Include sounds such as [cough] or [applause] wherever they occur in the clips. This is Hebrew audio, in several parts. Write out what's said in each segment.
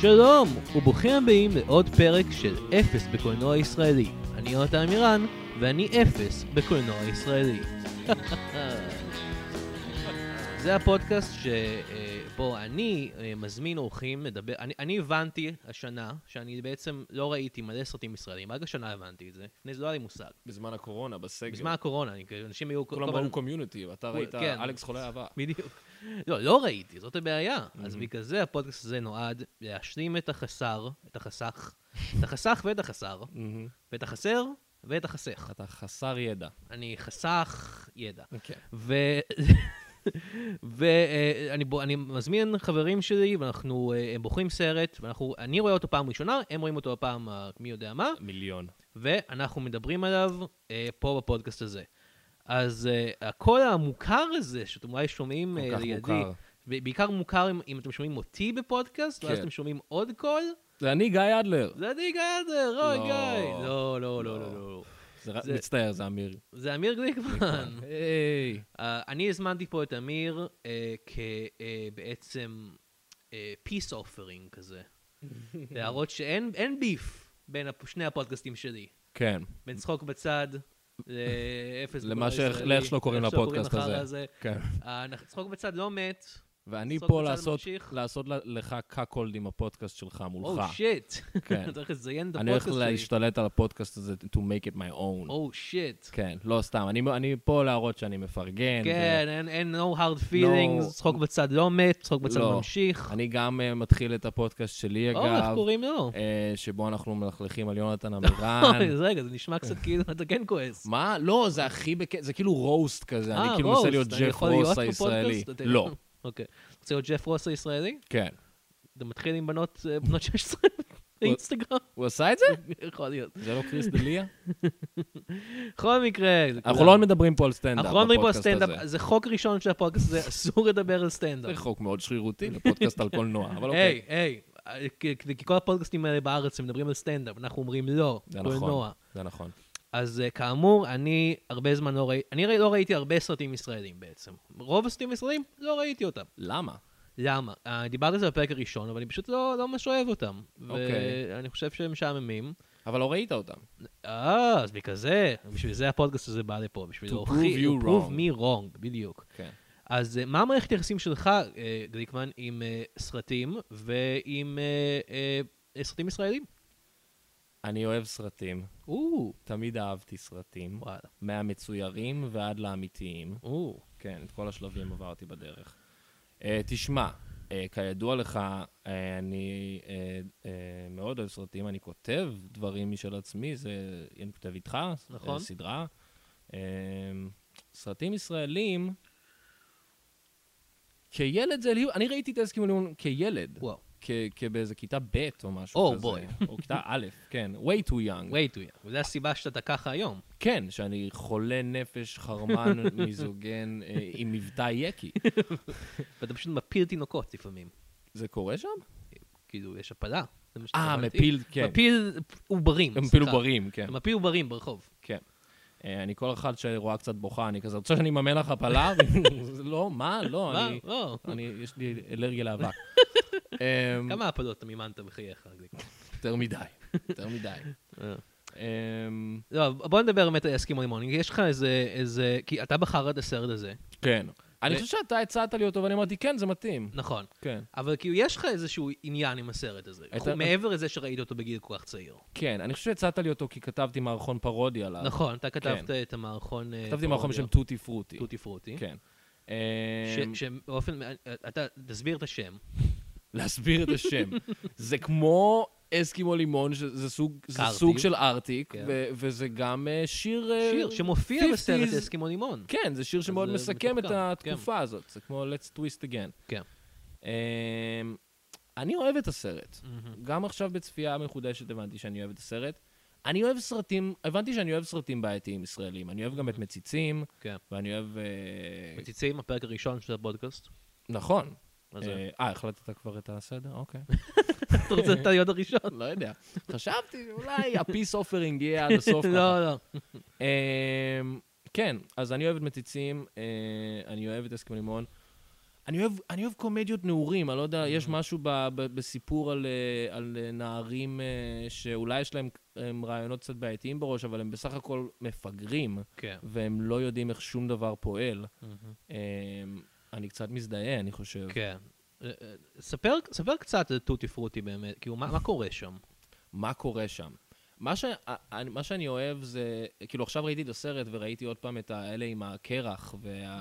שלום, וברוכים הבאים לעוד פרק של אפס בקולנוע ישראלי. אני יונתן מירן, ואני אפס בקולנוע ישראלי. [laughs] זה הפודקאסט שבו אני אה, מזמין אורחים לדבר... אני, אני הבנתי השנה שאני בעצם לא ראיתי מלא סרטים ישראלים, רק השנה הבנתי את זה. לפני זה לא היה לי מושג. בזמן הקורונה, בסגר. בזמן הקורונה, אני, כאילו, אנשים היו... כל כולם הזמן- ראו קומיוניטי, ואתה ראית כן. אלכס חולה אהבה. בדיוק. לא, לא ראיתי, זאת הבעיה. אז בגלל זה הפודקאסט הזה נועד להשלים את החסר, את החסך, את החסך ואת החסר, ואת החסר ואת החסך. אתה חסר ידע. אני חסך ידע. כן. ואני אה, אני מזמין חברים שלי, ואנחנו אה, הם בוחרים סרט, ואנחנו, אני רואה אותו פעם ראשונה, הם רואים אותו הפעם ה- מי יודע מה, מיליון. ואנחנו מדברים עליו אה, פה בפודקאסט הזה. אז אה, הקול המוכר הזה, שאתם אולי שומעים כל אה, כך לידי, מוכר. ב- בעיקר מוכר אם, אם אתם שומעים אותי בפודקאסט, ואז כן. אתם שומעים עוד קול, זה אני, גיא אדלר. זה אני גאדר, אוי לא. גיא. לא, לא, לא, לא, לא. לא. זה רק- זה- מצטער, זה אמיר. זה אמיר גליקמן. היי. Uh, אני הזמנתי פה את אמיר uh, כבעצם uh, peace offering [laughs] כזה. להראות שאין אין ביף בין הפ- שני הפודקאסטים שלי. כן. בין צחוק בצד לאפס. למה בגודל שאיך- ישראלי, לאיך שלא קוראים לאיך שלא לפודקאסט לחרא הזה. הזה. כן. אה, אנחנו- צחוק בצד לא מת. ואני סוד פה בצד לעשות- ממשיך. Oh, לעשות ל- לך קאקולד עם הפודקאסט שלך או מולך. שיט. [laughs] כן. צריך לזיין את אני הולך הפודקאסט שלי. Oh. להשתלט על הפודקאסט הזה to make it my own. או שיט. כן, לא סתם. אני- אני פה להראות שאני מפרגן. כן, אין- אין no hard feelings, No. צחוק בצד לא מת, צחוק בצד לא. ממשיך. אני גם אה, מתחיל את הפודקאסט שלי, או, Oh, איך אגב, קוראים לו? אה, שבו אנחנו מלכלכים על [laughs] יונתן אמירן. אוי, אז רגע, זה נשמע קצת כאילו אתה כן כועס. מה? לא, אה, זה הכי בק... זה כאילו רוסט כזה, אה, אני כאילו מנסה רוסט, להיות אני ג'ף יכול להיות רוס בפודקאסט? הישראלי. אתה- לא, [laughs] אוקיי. רוצה להיות ג'ף רוס הישראלי? כן. אתה מתחיל עם בנות אה, בנות [laughs] 16 באינסטגרם? הוא עשה את זה? יכול להיות. זה לא קריס דליה? בכל מקרה, זה אנחנו כולם. לא מדברים פה על סטנדאפ אנחנו לא מדברים פה על בפודקאסט סטנדאפ, הזה. זה חוק ראשון של הפודקאסט הזה, אסור לדבר על זה סטנדאפ. חוק מאוד שרירותי לפודקאסט על קולנוע, אבל היי, אוקיי. היי, אה, כי כי כל הפודקאסטים האלה בארץ הם מדברים על סטנדאפ, אנחנו אומרים לא, זה קולנוע. נכון, זה נכון. אז אה, כאמור, אני הרבה זמן לא ראיתי, אני ראי- לא ראיתי הרבה סרטים ישראלים בעצם. רוב הסרטים הישראלים, לא ראיתי אותם. למה? למה? אה, דיברתי על זה בפרק הראשון, אבל אני פשוט לא, לא ממש אוהב אותם. אוקיי. ואני חושב שהם משעממים. אבל לא ראית אותם. אה, אז בגלל זה, בשביל זה הפודקאסט הזה בא לפה, בשביל To להוכיח, prove you to wrong. me wrong, בדיוק. כן. אז אה, מה המערכת היחסים שלך, אה, גליקמן, עם אה, סרטים ועם אה, אה, אה, סרטים ישראלים? אני אוהב סרטים, או, תמיד אהבתי סרטים, וואלה, מהמצוירים ועד לאמיתיים. או, כן, את כל השלבים עברתי בדרך. Uh, תשמע, uh, כידוע לך, uh, אני uh, uh, מאוד אוהב סרטים, אני כותב דברים משל עצמי, זה, אני כותב איתך, נכון. נכון. סדרה. Uh, סרטים ישראלים, כילד זה, אני ראיתי את ההסכמים הלאומיים כילד, וואו. כ- כבאיזה כיתה ב' או משהו Oh, כזה. boy. או כיתה א', כן, way too young. wait to you. וזו הסיבה שאתה ככה היום. כן, שאני חולה נפש, חרמן, [laughs] מיזוגן, אה, עם מבטא יקי. ואתה פשוט מפיל תינוקות לפעמים. זה קורה שם? כאילו, יש הפלה. זה מה אה, שהבנתי. מפיל, כן. מפיל עוברים. הם סליחה. אפילו ברים, כן. אתה מפיל עוברים ברחוב. כן. אה, אני כל אחת שרואה קצת בוכה, אני כזה, רוצה שאני אממן [laughs] לך הפלה? זה לא, מה? לא, מה? אני- לא. אני, יש לי [laughs] אלרגיה לאבק. אמ, כמה הפלות אתה מימנת בחייך? גליק? יותר מדי, יותר מדי. [laughs] אה. אמ, לא, בוא נדבר באמת על אסקימו לימון. יש לך איזה, איזה... כי אתה בחרת את הסרט הזה, כן. אני ו- חושב שאתה הצעת לי אותו, ואני אמרתי, כן, זה מתאים. נכון. כן. אבל כאילו, יש לך איזשהו עניין עם הסרט הזה. הייתה- חו- מעבר לזה שראית אותו בגיל כל כך צעיר. כן, אני חושב שהצעת לי אותו כי כתבתי מערכון פרודי עליו. נכון, אתה כתבת את המערכון... אה, אה, כן. כתבתי מערכון פרודיה, בשם טוטי פרוטי. טוטי פרוטי. כן. ש- אמ, שבאופן... אתה, תסביר את השם. להסביר את השם. זה כמו אסקימו לימון, שזה סוג, זה ארטיק. סוג של ארטיק, כן. ו- וזה גם אה, שיר... אה, שיר שמופיע 50s. בסרט אסקימו לימון. כן, זה שיר שמאוד זה מסכם את מתוחכם, התקופה הזאת. זה כמו Let's Twist Again. כן. אמ, אני אוהב את הסרט. גם עכשיו בצפייה מחודשת הבנתי שאני אוהב את הסרט. אני אוהב סרטים, הבנתי שאני אוהב סרטים בעייתיים ישראלים. אני אוהב גם את מציצים, כן. ואני אוהב... אה, מציצים, הפרק הראשון של [laughs] הפודקאסט. נכון. מה זה? אה, אה, החלטת כבר את הסדר? אוקיי. אתה רוצה את להיות הראשון? לא יודע. חשבתי, אולי הפיס אופרינג יהיה עד הסוף ככה. לא, לא. אמ, כן, אז אני אוהב את מציצים, אה, אני אוהב את הסכם לימון. אני אוהב, אני אוהב קומדיות נעורים, אני לא יודע, Mm. יש משהו ב, ב, בסיפור על, אה, על אה, נערים אה, שאולי יש להם הם רעיונות קצת בעייתיים בראש, אבל הם בסך הכל מפגרים, כן. והם לא יודעים איך שום דבר פועל. אה, אני קצת מזדהה, אני חושב. כן. אה, אה, ספר, ספר קצת על טוטי פרוטי באמת, כאילו, מה, מה קורה שם? מה קורה שם. מה, ש... אני- מה שאני אוהב זה, כאילו עכשיו ראיתי את הסרט וראיתי עוד פעם את האלה עם הקרח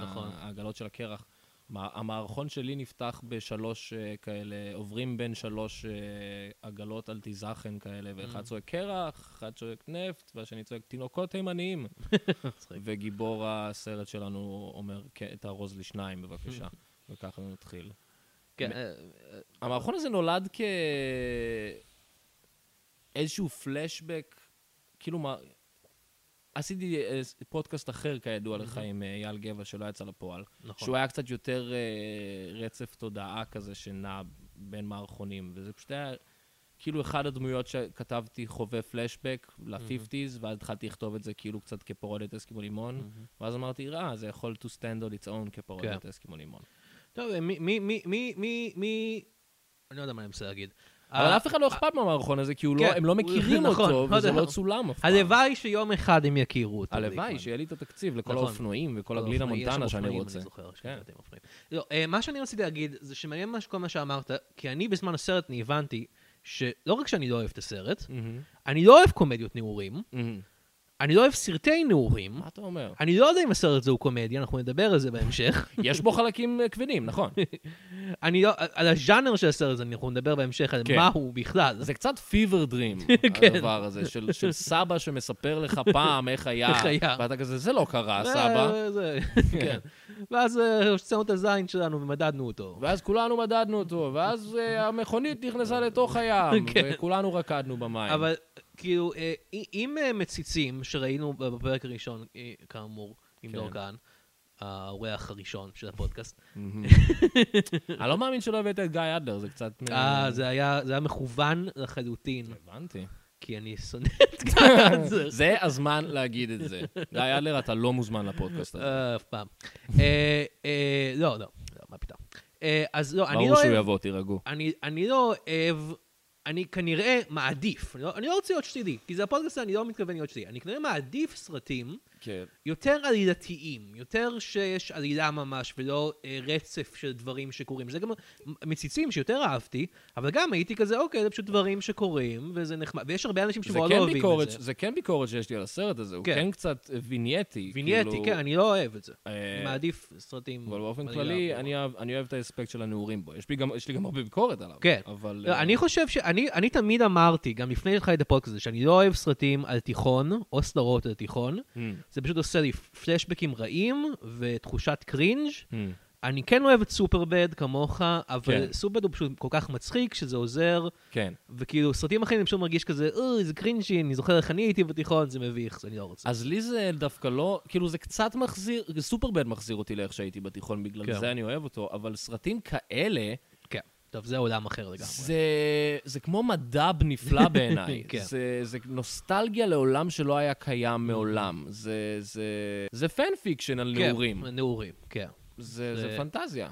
נכון. והעגלות של הקרח. מה- המערכון שלי נפתח בשלוש אה, כאלה, עוברים בין שלוש אה, עגלות על תיזכן כאלה, Mm. ואחד צועק קרח, אחד צועק נפט, והשני צועק תינוקות תימניים. [laughs] מצחיק. וגיבור הסרט שלנו אומר, "כן, תארוז לי שניים בבקשה, וככה נתחיל. כן, מ- אה, המערכון הזה נולד כ... איזשהו פלשבק, כאילו מה... עשיתי אה, ס- פודקאסט אחר, כידוע לך, עם אה, אייל גבע, שלא יצא לפועל. נכון. שהוא היה קצת יותר אה, רצף תודעה כזה שנע בין מערכונים, וזה פשוט היה כאילו אחד הדמויות שכתבתי חווה פלשבק ל-50's, ואז התחלתי לכתוב את זה כאילו קצת כפרודיית אסקימו לימון, ואז אמרתי, רע, זה יכול to stand on its own כפרודיית אסקימו לימון. טוב, מי, מי, מי, מי, מי, מי, אני לא יודע מה אני מנסה להגיד. אבל אף אחד לא אכפת מהמערכון הזה, כי הוא לא- אה, כן, הם לא הוא- מכירים נכון, אותו, לא וזה יודע. לא צולם אף פעם. הלוואי שיום אחד הם יכירו אותו. הלוואי, בלי שיהיה לי את התקציב לכל נכון. האופנועים וכל כל הגלידה האופנועים, יש שם מונטנה שאני אופנועים, רוצה. אני זוכר, יש כן. שם אופנועים. לא, אה, מה שאני רציתי להגיד, זה שמעניין מה ש- כל מה שאמרת, כי אני בזמן הסרט אני הבנתי שלא רק שאני לא אוהב את הסרט, מהמם, אני לא אוהב קומדיות נעורים, מהמם. אני לא אוהב סרטי נעורים, מה אתה אומר? אני לא יודע אם הסרט הזה הוא קומדיה, אנחנו נדבר על זה בהמשך. [laughs] יש בו חלקים אה, כבדים, [laughs] נכון. אני לא, על הז'אנר של הסרט הזה אנחנו נדבר בהמשך, על כן. מה הוא בכלל. זה קצת פיבר דרים, [laughs] כן. הדבר הזה, של של סבא שמספר [laughs] לך פעם איך היה, איך היה. אה, ואתה כזה, זה לא קרה, זה- סבא. זה- כן. ואז אה, הוצאנו את הזין שלנו ומדדנו אותו. ואז כולנו מדדנו אותו, ואז [laughs] אה, המכונית נכנסה לתוך הים, כן. וכולנו רקדנו במים. אבל כאילו, אה, אי- אם אה, מציצים, שראינו בפרק הראשון, אה, כאמור, עם כן. דור כהן, האורח הראשון של הפודקאסט, אני לא מאמין שלא הבאת את גיא אדלר, זה קצת... אה, זה היה זה היה מכוון לחלוטין, כן. הבנתי. כי אני שונא [laughs] את גלעד זר. זה הזמן להגיד את זה. [laughs] גיא אדלר, אתה לא מוזמן לפודקאסט הזה. אה, אף פעם. אה, אה, לא, לא, לא, מה פתאום. אה, אז לא, אני ברור לא שהוא אוהב... יבוא, תירגעו. אני, אני לא אוהב, אני כנראה מעדיף, אני לא, אני לא רוצה להיות שלילי, כי זה הפודקאסט הזה, אני לא מתכוון להיות שלילי, אני כנראה מעדיף סרטים כן. יותר עלילתיים, יותר שיש עלילה ממש ולא אה, רצף של דברים שקורים. זה גם מציצים שיותר אהבתי, אבל גם הייתי כזה, אוקיי, זה פשוט דברים שקורים, וזה נחמד, ויש הרבה אנשים זה שמאוד לא כן, אוהבים ביקורת, את זה. זה כן ביקורת שיש לי על הסרט הזה, הוא כן. כן קצת וינייטי. וינייטי, כאילו, כן, אני לא אוהב את זה. אה, אני מעדיף סרטים... אבל באופן עלילה כללי, ברורה. אני אוהב- אני אוהב את האספקט של הנעורים בו. יש לי גם- יש לי גם הרבה ביקורת עליו. כן. אבל... לא, אה, אני חושב ש... אני, אני תמיד אמרתי, גם לפני שהתחלתי את הפודקאסט הזה, שאני לא אוהב סרטים על תיכון, או סדרות על תיכון. Hmm, זה פשוט עושה לי פלשבקים רעים ותחושת קרינג'. hmm. אני כן אוהב את סופרבד כמוך, אבל כן. סופרבד הוא פשוט כל כך מצחיק שזה עוזר, כן. וכאילו סרטים אחרים אני פשוט מרגיש כזה, אוי, זה קרינג'י, אני זוכר איך אני הייתי בתיכון, זה מביך, זה אני לא רוצה. אז לי זה דווקא לא, כאילו זה קצת מחזיר, סופרבד מחזיר אותי לאיך שהייתי בתיכון, בגלל כן. זה אני אוהב אותו, אבל סרטים כאלה, כן, טוב, זה עולם אחר לגמרי. זה, זה כמו מדב נפלא [laughs] בעיניי. כן. זה, זה נוסטלגיה לעולם שלא היה קיים מעולם. זה, זה, זה פן פיקשן על כן, נעורים. נעורים, כן. זה, אה, זה זה- פנטזיה.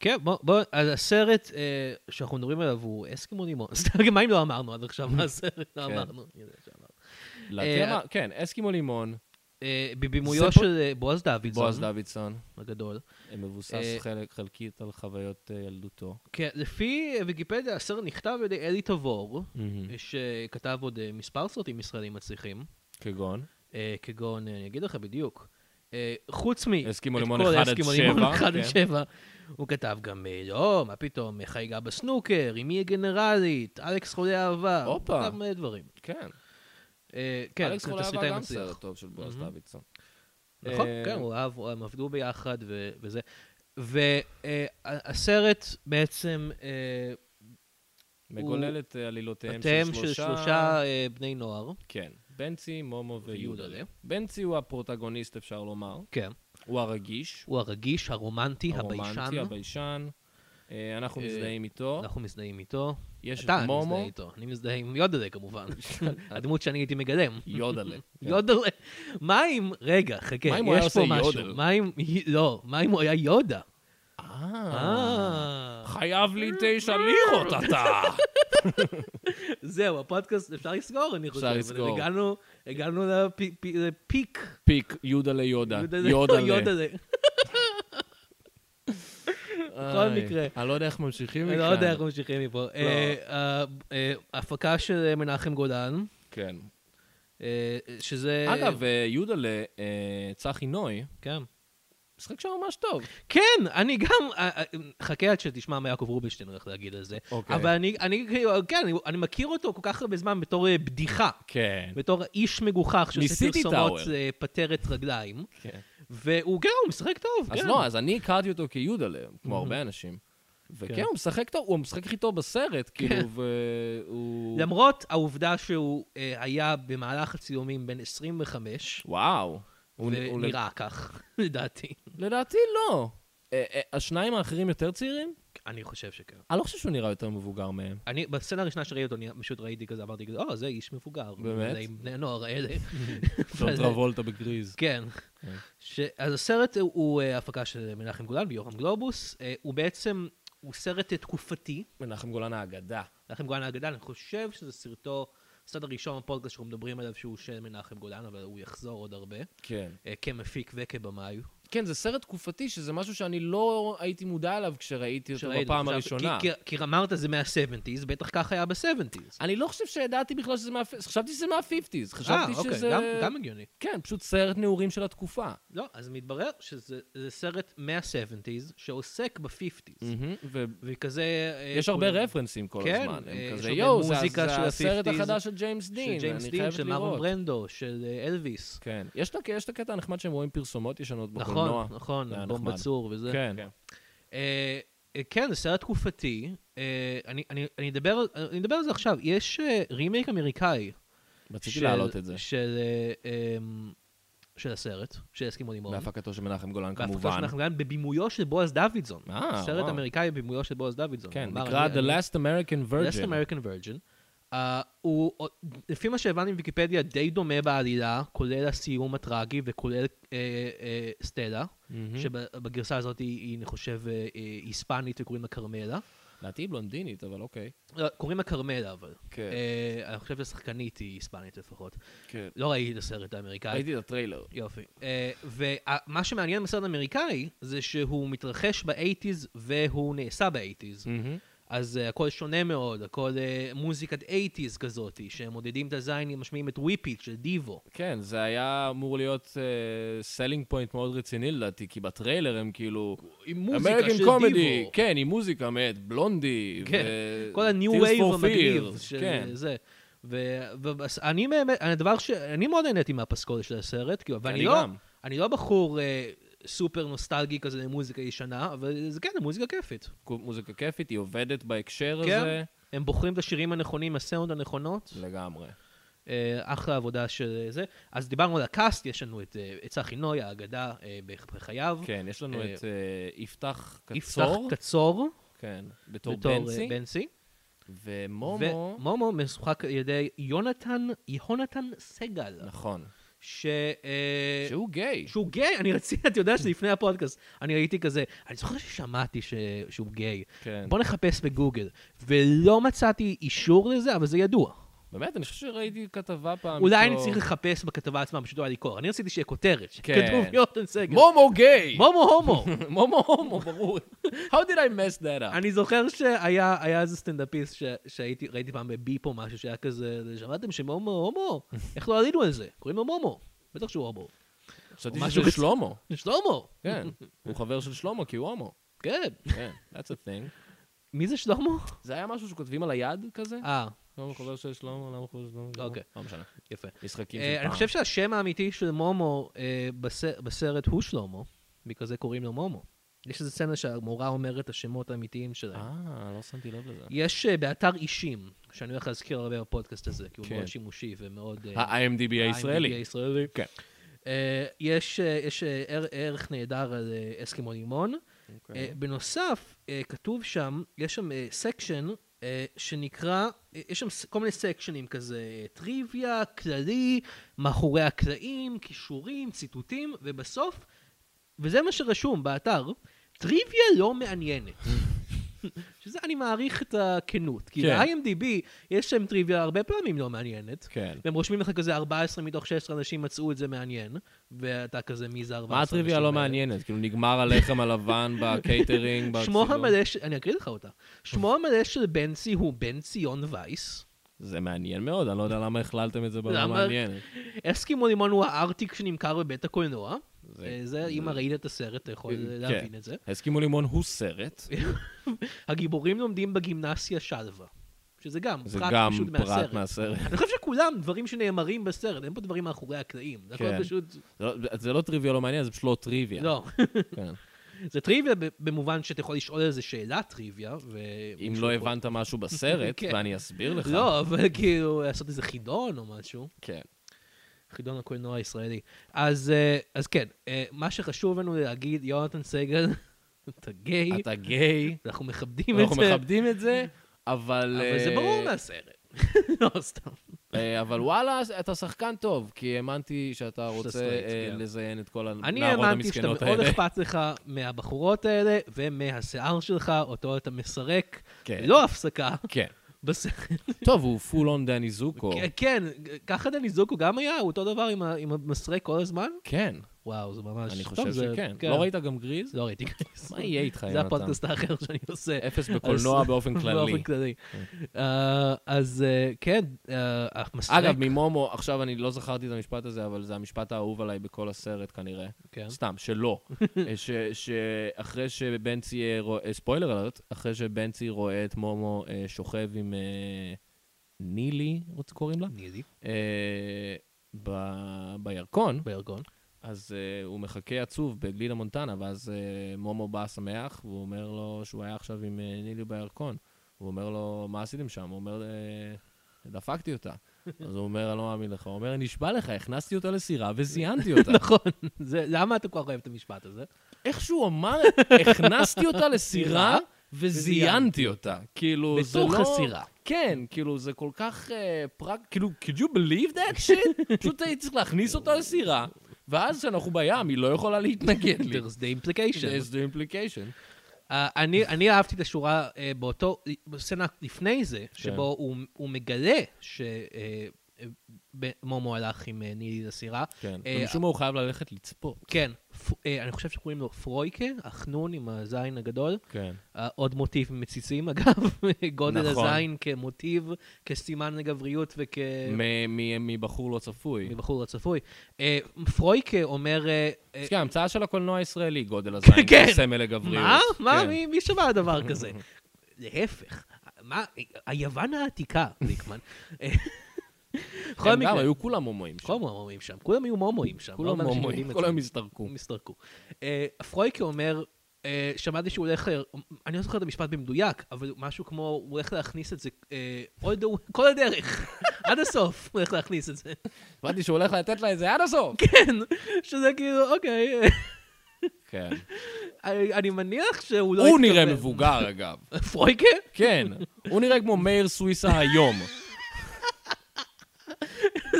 כן, בוא, בוא, אז הסרט אה, שאנחנו מדברים עליו הוא אסקימו לימון. [laughs] סתם, מה אם לא אמרנו עד עכשיו מה הסרט? לא כן. אמרנו. הנה, שאמרנו. לתמה, כן, אסקימו לימון, אה, זה בבימויו פה- של אה, בועז דוידזון, בועז דוידסון, הגדול. מבוסס אה, חלק, חלקית על חוויות אה, ילדותו. כן, לפי אה, ויקיפדיה, הסרט נכתב על ידי אלי תבור, מהמם. שכתב עוד אה, מספר סרטים ישראלים מצליחים, כגון? אה, כגון, אה, אני אגיד לך בדיוק, אה, חוץ מ... אסקימו את לימון כל 1 עד אסקימו לימון 7, 1 עד כן. 7, הוא כתב גם, אה, לא, מה פתאום, אה, חגיגה בסנוקר, אמי הגנרלית, אלכס חולה אהבה, הוא הופה. כתב מלא דברים. כן. אה, כן, אלכס זה חולה תסריטאי עבר גם מצליח. סרט טוב של בועז מהמם. דוידסון. נכון, אה, כן, הוא אהב, הוא- הם עבדו ביחד ו- וזה. והסרט בעצם אה, מגולל את אה, עלילותיהם אתם של שלושה אה, בני נוער. כן. בנצי, מומו ויודלה. ויודלה. בנצי הוא הפרוטגוניסט, אפשר לומר. כן. הוא הרגיש, הוא הרגיש, הרומנטי, הביישן. הרומנטי, הביישן. אה, אנחנו אה, מזדהים איתו. אנחנו מזדהים איתו. יש את אתה אני מזדהה מומו, איתו. אני מזדהה עם יודלה [laughs] כמובן. הדמות שאני הייתי מגלם. יודלה. כן. [laughs] יודלה. מה אם, רגע, חכה, מה אם הוא היה יש פה עושה משהו. יודל? מה אם, לא, מה אם הוא היה יודה? אה, אה, חייב לי תשע לירות [laughs] אתה. זהו, הפודקאסט, אפשר לסגור, אני חושב. אפשר אבל לסגור. הגענו, הגענו לפי- פי- לפיק. פיק, יודה ליודה. יודה- [laughs] יודה ל... יודה ל- בכל איי, מקרה. אני לא יודע איך ממשיכים מכאן. אני לא יודע איך ממשיכים מפה. לא. אה, אה, אה, הפקה של מנחם גולן, כן. אה, שזה... אגב, אה, יהודה לצחי נוי, כן. משחק שם ממש טוב. כן, אני גם, אה, אה, חכה עד שתשמע מה יעקב רובינשטיין הולך להגיד על זה. אוקיי. אבל אני, אני, כאילו, כן, אני- אני מכיר אותו כל כך הרבה זמן בתור אה, בדיחה, כן. בתור איש מגוחך שעושה מסיטי פרסומות טאוור. אה, פטרת רגליים, כן. והוא, כן, הוא משחק טוב, אז כן. לא, אז אני הכרתי אותו כיודלה, כמו הרבה אנשים. כן. וכן, הוא משחק טוב, הוא המשחק הכי טוב בסרט, כאילו, והוא... למרות העובדה שהוא אה, היה במהלך הצילומים בן 25, וואו. הוא- הוא- ונראה כך, [laughs] לדעתי. לדעתי לא. אה, אה, השניים האחרים יותר צעירים? אני חושב שכן. אני לא חושב שהוא נראה יותר מבוגר [laughs] מהם. אני, בסצנה הראשונה שראיתי אותו, אני פשוט ראיתי כזה, אמרתי כזה, או, זה איש מבוגר. באמת? זה עם בני הנוער [laughs] האלה. [laughs] ג'ון וזה- טרבולטה בגריז. כן. כן. ש... אז הסרט הוא, הוא אה, הפקה של מנחם גולן ויורם גלובוס. אה, הוא בעצם, הוא סרט אה, תקופתי. מנחם גולן האגדה. מנחם גולן האגדה, אני חושב שזה סרטו, הסרט הראשון בפודקאסט שאנחנו מדברים עליו שהוא של מנחם גולן, אבל הוא יחזור עוד הרבה. כן. אה, כמפיק וכבמאי. כן, זה סרט תקופתי, שזה משהו שאני לא הייתי מודע אליו כשראיתי אותו שראיתי, בפעם חשבתי- הראשונה. כי, כי, כי אמרת זה מה-70's, בטח כך היה ב-70's. אני לא חושב שידעתי בכלל שזה מה... חשבתי שזה מה-50's. חשבתי אוקיי, שזה... גם, גם הגיוני. כן, פשוט סרט נעורים של התקופה. לא, אז מתברר שזה זה סרט מה-70's שעוסק ב-50's. ויש וכזה... אה, Mm. הרבה כולם- רפרנסים כל כן, הזמן. אה, הם יש כזה, הרבה יואו, זה מוזיקה זה של הסרט 50s, החדש של גיימס דין. של ג'יימס אני דין, חייבת של מרון לראות." ברנדו, של אה, אלוויס. כן. יש את הק- יש את הקטע הנחמד שהם רואים פרסומות ישנות בקולנוע. נכון, נכון, זה היה בום נחמד. בצור וזה. כן. אה, אה, כן, זה סרט תקופתי. אה, אני- אני אני אדבר על- אני אדבר על זה עכשיו. יש אה, רימייק אמריקאי. רציתי של- להעלות את זה. של אה, אמ, של הסרט, של אסקימו לימון. בהפקתו נכון. של מנחם גולן, בהפקה כמובן. שאנחנו גם בבימויו של בועז דוידזון. אה, סרט וואו. אמריקאי בבימויו של בועז דוידזון. כן, כלומר, נקרא אני- The אני- Last American Last Virgin. American Virgin. Uh, הוא, עוד- לפי מה שהבנתי מוויקיפדיה, די דומה בעלילה, כולל הסיום הטרגי וכולל אה, אה, סטלה, מהמם. שבגרסה הזאת היא, היא, אני חושב, אה, אה, היספנית וקוראים לה כרמלה. לדעתי היא בלונדינית, אבל אוקיי. לא, קוראים לה כרמלה, אבל. כן. אה, אני חושב שהשחקנית היא היספנית לפחות. כן. לא ראיתי את הסרט האמריקאי. ראיתי את הטריילר. יופי. אה, ומה שמעניין בסרט האמריקאי, זה שהוא מתרחש באייטיז והוא נעשה באייטיז. אז uh, הכל שונה מאוד, הכל uh, מוזיקת 80's כזאת, שמודדים את הזין, משמיעים את וויפיט של דיבו. כן, זה היה אמור להיות סלינג פוינט מאוד רציני לדעתי, כי בטריילר הם כאילו... עם אמריקן קומדי, כן, עם מוזיקה מאת בלונדי. כן, ו- כל ה-new Tears wave for המגניב Fears, של אה, כן. זה. ואני באמת, הדבר ש... אני מאוד נהניתי מהפסקול של הסרט, כאילו, ואני אני לא... גם. אני לא בחור אה, סופר נוסטלגי כזה למוזיקה ישנה, אבל זה כן, זה מוזיקה כיפית. מוזיקה כיפית, היא עובדת בהקשר הזה. לא. כן? הם בוחרים את השירים הנכונים, הסאונד הנכונות. לגמרי. אה, אחלה עבודה של אה, זה. אז דיברנו על הקאסט, יש לנו את אה, את צחי נוי, האגדה אה, בח- בחייו. כן, יש לנו אה, את אה, יפתח יפתח קצור. קצור, כן, בתור בתור אה, בנסי. בנסי. ומומו. ומומו משוחק על ידי יונתן, יהונתן סגל. נכון. ש... אה, שהוא גיי. שהוא גיי, אני רציתי, אתה יודע שלפני הפודקאסט, אני הייתי כזה, אני זוכר ששמעתי ש... שהוא גיי. כן. בוא נחפש בגוגל. ולא מצאתי אישור לזה, אבל זה ידוע. באמת, אני חושב שראיתי כתבה פעם. אולי איתו. אני צריך לחפש בכתבה עצמה, פשוט לא היה לי קור. אני רציתי שיהיה כותרת, כן. שכתוב יונתן סגל. מומו גיי! מומו [laughs] הומו. מומו הומו, ברור. How did I mess that up? אני זוכר שהיה היה איזה סטנדאפיסט ש- שהייתי, ראיתי פעם בביפו משהו שהיה כזה, שמעתם שמומו הומו? איך לא עלינו על זה? קוראים לו מומו. בטח שהוא הומו. חשבתי משהו כזה. שזה שלמה. יש לו הומו. כן. הוא חבר של שלמה כי הוא הומו. [laughs] כן. כן, that's a thing. מי זה [laughs] שלמה? זה היה משהו שכותבים על היד כזה? אה, שלמה לא, חבר של שלמה, למה חבר של שלמה? אוקיי. לא משנה. יפה. משחקים של אה, פעם. אני חושב שהשם האמיתי של מומו אה, בס- בסרט הוא שלמה, בגלל זה קוראים לו מומו. יש איזו סצנה שהמורה אומרת את השמות האמיתיים שלהם. אה, לא שמתי לב לזה. יש אה, באתר אישים, שאני הולך להזכיר הרבה בפודקאסט הזה, כי הוא כן. מאוד שימושי ומאוד... אה, ה-IMDB IMDb הישראלי. הישראלי. כן. אה, יש, אה, יש אה, ער- ערך נהדר על אה, אסקימו לימון. אוקיי. אה, בנוסף, אה, כתוב שם, יש שם סקשן שנקרא, אה, יש שם ס- כל מיני סקשנים כזה, אה, טריוויה, כללי, מאחורי הקלעים, כישורים, ציטוטים, ובסוף, וזה מה שרשום באתר, טריוויה לא מעניינת. [laughs] שזה, אני מעריך את הכנות. כי כן. ב-IMDb יש שם טריוויה הרבה פעמים לא מעניינת. כן. והם רושמים לך כזה 14 מתוך 16 אנשים מצאו את זה מעניין, ואתה כזה, מי זה 14 מה אנשים הטריוויה לא האלה?" מעניינת? כאילו נגמר הלחם [laughs] הלבן בקייטרינג, שמו בצילום? המלא, ש... אני אקריא לך אותה. שמו המלא של בנצי הוא בן ציון וייס. זה מעניין מאוד, אני לא יודע למה הכללתם את זה בלא למה? מעניינת. אסקימו לימון הוא הארטיק שנמכר בבית הקולנוע. זה- אה, זה, אם ראית את הסרט, אתה יכול כן. להבין את זה. הסכימו לימון הוא סרט, הגיבורים לומדים בגימנסיה שלווה. שזה גם זה פרט גם פשוט מהסרט. פרט מהסרט. אני חושב שכולם דברים שנאמרים בסרט, אין פה דברים מאחורי הקלעים. זה הכל כן. פשוט... זה לא- זה לא טריוויה לא מעניין, זה פשוט לא טריוויה. לא. כן. [laughs] זה טריוויה ב- במובן שאתה יכול לשאול איזה שאלה טריוויה, ו... אם לא הבנת [laughs] משהו בסרט, כן. ואני אסביר לך. לא, אבל כאילו, לעשות איזה חידון או משהו. כן. חידון הקולנוע הישראלי. אז, אה, אז כן, אה, מה שחשוב לנו להגיד, יונתן סגל, [laughs] אתה גיי, אתה [laughs] גיי, אנחנו מכבדים את אנחנו זה, מכבדים את זה, אבל... אבל זה אה, ברור מהסרט. [laughs] לא, סתם. אה, אבל וואלה, אתה שחקן טוב, כי האמנתי שאתה רוצה סטרייט, אה, כן. לזיין את כל אני הנערות האמנתי שאתה המסכנות מאוד האלה. אכפת לך מהבחורות האלה ומהשיער שלך, אותו אתה מסרק, כן. ללא הפסקה, [laughs] [laughs] כן. בסרט. טוב, הוא פול און דני זוקו. כן, כן, ככה דניזוקו גם היה, הוא אותו דבר עם ה- עם המסרק כל הזמן? כן, וואו, זה ממש... אני טוב, חושב זה- כן. שכן. לא ראית גם גריז? לא ראיתי. גריז. מה יהיה איתך, זה יונתן? הפודקאסט האחר שאני עושה. אפס בקולנוע אז- [laughs] באופן כללי. כן. באופן כללי. אה, אז אה, כן, אה, המסרק... אגב, ממומו, עכשיו אני לא זכרתי את המשפט הזה, אבל זה המשפט האהוב עליי בכל הסרט כנראה. כן. סתם, שלא. אה, ש- שאחרי שבנצי אה, רואה, ספוילר אלרט, אחרי שבנצי רואה את מומו אה, שוכב עם אה, נילי, רוצ- קוראים לה? נילי, אה, ב- בירקון, בירגון. אז אה, הוא מחכה עצוב בגלידה מונטנה, ואז אה, מומו בא שמח, והוא אומר לו שהוא היה עכשיו עם אה, נילי בירקון. הוא אומר לו, מה עשיתם שם? הוא אומר, "אה, דפקתי אותה. אז הוא אומר, אני לא מאמין לך. הוא אומר, נשבע לך, הכנסתי אותה לסירה וזיינתי אותה. [laughs] נכון. זה- למה אתה כל כך אוהב את המשפט הזה? איך שהוא אמר, [laughs] הכנסתי אותה לסירה וזיינתי אותה. כאילו, זה לא... בתוך הסירה. כן, כאילו, זה כל כך אה, פרק... כאילו, could you believe [laughs] that shit? פשוט הייתי צריך להכניס אותה לסירה, ואז כשאנחנו בים, היא לא יכולה להתנגד [laughs] לי. There's the implication. There's the implication. אה, אני אני אהבתי את השורה אה, באותו, בסצנה לפני זה, כן. שבו הוא- הוא מגלה ש... אה, אה, ב- מומו הלך עם אה, נילי לסירה. כן. אה, ומשום מה הוא חייב ללכת לצפות. כן, פ- אה, אני חושב שקוראים לו פרויקה, החנון עם הזין הגדול. כן. אה, עוד מוטיב מציצים, [laughs] אגב, גודל נכון. הזין כמוטיב, כסימן לגבריות וכ... אה, מבחור לא צפוי. מבחור הצפוי. אה, פרויקה אומר... אה, אה, כן, המצאה של הקולנוע הישראלי, גודל הזין, [laughs] כן. סמל לגבריות. מה? מה? כן. מי- מי שמע על [laughs] דבר כזה? להפך. מה? היוון העתיקה, [laughs] ריקמן. אה, בכל הם גם מקרה, היו כולם הומואים שם. כולם הומואים שם. כולם היו מומואים שם. כולם הרבה אנשים הומואים, יודעים את כולם זה. הסתרקו. הסתרקו. אה, פרויקה אומר, אה, שמעתי שהוא הולך, ל- אני לא זוכר את המשפט במדויק, אבל משהו כמו, הוא הולך להכניס את זה אה, all the way- כל הדרך, [laughs] עד הסוף הוא הולך להכניס את זה. הבנתי שהוא הולך לתת לה את זה עד הסוף. כן, שזה כאילו, אוקיי, כן. אני- אני מניח שהוא [laughs] לא... הוא נראה התכוון. מבוגר, אגב. פרויקה? כן. הוא נראה כמו מאיר [laughs] סוויסה היום.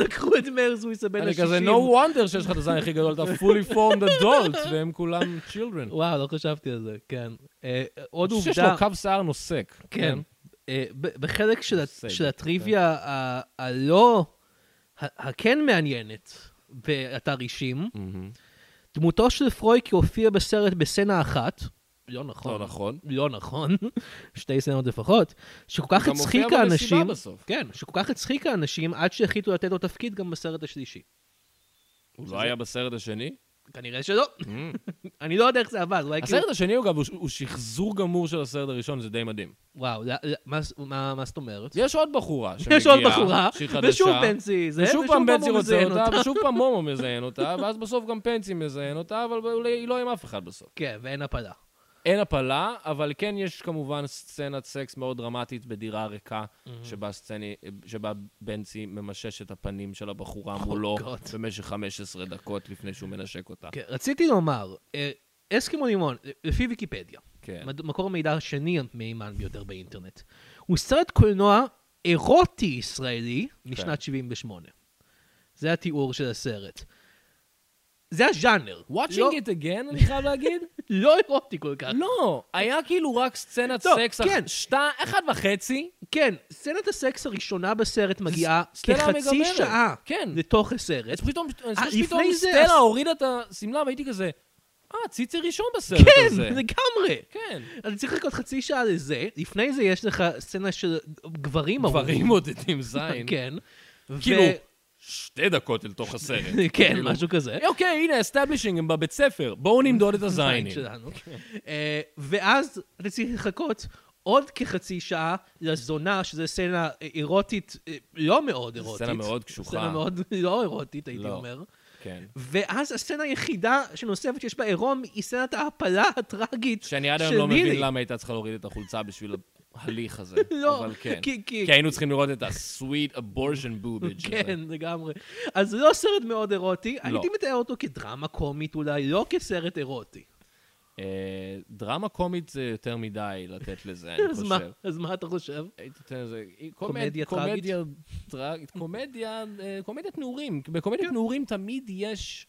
לקחו את מאיר זויסה בין אני השישים. כזה, no wonder שיש לך את הזין הכי גדול, אתה fully formed [laughs] adult, והם כולם children. וואו, לא חשבתי על זה, כן. אה, עוד שיש לו עובדה... קו שיער נוסק. כן. אה, ב- בחלק של ה- סייג, של הטריוויה ה- הלא, ה- הכן מעניינת באתר אישים, מהמם. דמותו של פרויקי הופיע בסרט בסצנה אחת, לא נכון, לא נכון. לא נכון, [laughs] שתי סצנות לפחות, שכל כך גם הופיע הצחיקה במסיבה אנשים, בסוף. כן, שכל כך הצחיקה אנשים עד שהחליטו לתת לו תפקיד גם בסרט השלישי. הוא לא היה בסרט השני? כנראה שלא, Mm. [laughs] אני לא יודע איך זה עבד, אולי כאילו, כאילו- הסרט השני הוא גם, הוא- הוא שחזור גמור של הסרט הראשון, זה די [laughs] מדהים. וואו, לא- לא- מה ז- מה מה זאת אומרת? יש עוד בחורה שמגיעה, יש עוד בחורה, שהיא חדשה, ושוב בנצי, זה, ושוב פעם הוא בנצי רוצה מזיין אותה, ושוב פעם מומו מזיין אותה, ואז בסוף גם פנסי מזיין אותה, אבל אולי היא לא עם אף אחד בסוף. כן, ואין הפלה. אין הפלה, אבל כן יש כמובן סצנת סקס מאוד דרמטית בדירה ריקה, שבה, סצני, שבה בנצי ממשש את הפנים של הבחורה מולו Oh God. במשך 15 דקות לפני שהוא מנשק אותה. כן, רציתי לומר, אה, אסקימו לימון, אה, לפי ויקיפדיה, כן. מד- מקור המידע השני המהימן ביותר באינטרנט, הוא סרט קולנוע אירוטי ישראלי כן. משנת 78. זה התיאור של הסרט. זה הז'אנר. Watching לא- [laughs] it again, אני חייב להגיד? לא אירוטי כל כך. לא, היה כאילו רק סצנת טוב, סקס, כן. כן. שתה, אחד וחצי, כן, סצנת הסקס הראשונה בסרט מגיעה סצנה כחצי מגמרת, שעה כן. לתוך הסרט. אז פתאום, אני אה, זוכר שפתאום לפני זה, סטלה אז- הורידה את השמלה והייתי כזה, אה, ציצי ראשון בסרט כן, הזה. לגמרי. כן. אני צריך לחכות חצי שעה לזה. לפני זה יש לך סצנה של גברים גברים מודדים זין. כן. ו- כאילו, שתי דקות אל תוך הסרט. [laughs] כן, משהו כזה. אוקיי, הנה, אסטאבלישינג הם בבית ספר, בואו [laughs] נמדוד את הזין הזיינים. שלנו. כן. אה, ואז אתה צריך לחכות עוד כחצי שעה לזונה, שזו סצנה אה, אירוטית, אה, לא מאוד סצנה אירוטית. מאוד קשוחה. סצנה מאוד [laughs] לא אירוטית, הייתי לא. אומר. כן. ואז הסצנה היחידה שנוספת שיש בה עירום היא סצנת ההעפלה הטראגית של לילי. שאני עד היום לא מבין למה הייתה צריכה להוריד את החולצה בשביל ההליך הזה. [laughs] לא, אבל כן. כי- כי- כי היינו צריכים לראות את ה-sweet abortion boobage הזה. כן, לגמרי. אז זה לא סרט מאוד אירוטי, לא. הייתי מתאר אותו כדרמה קומית אולי, לא כסרט אירוטי. אה, דרמה קומית זה יותר מדי לתת [laughs] לזה, אני אז מה- חושב. אז מה אתה חושב? הייתי נותן לזה... קומדיה קומדיה טראגית? קומדיה טראגית. קומדיה... אה, קומדיית נעורים. כן. בקומדיית נעורים תמיד יש...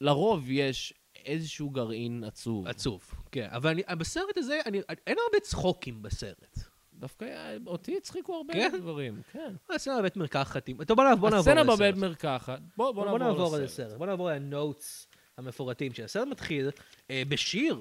לרוב יש איזשהו גרעין עצוב. עצוב, כן. אבל אני- בסרט הזה, אני- אין הרבה צחוקים בסרט. דווקא אה, אותי הצחיקו הרבה כן? דברים, כן. הסצנה בבית מרקחת, עם- טוב בוא נעבור בוא נעבור הסצנה לסרט. בבית מרקחת. בוא בוא בוא נעבור נעבור לסרט. לסרט. בוא נעבור לנוטס המפורטים של הסרט מתחיל אה, בשיר.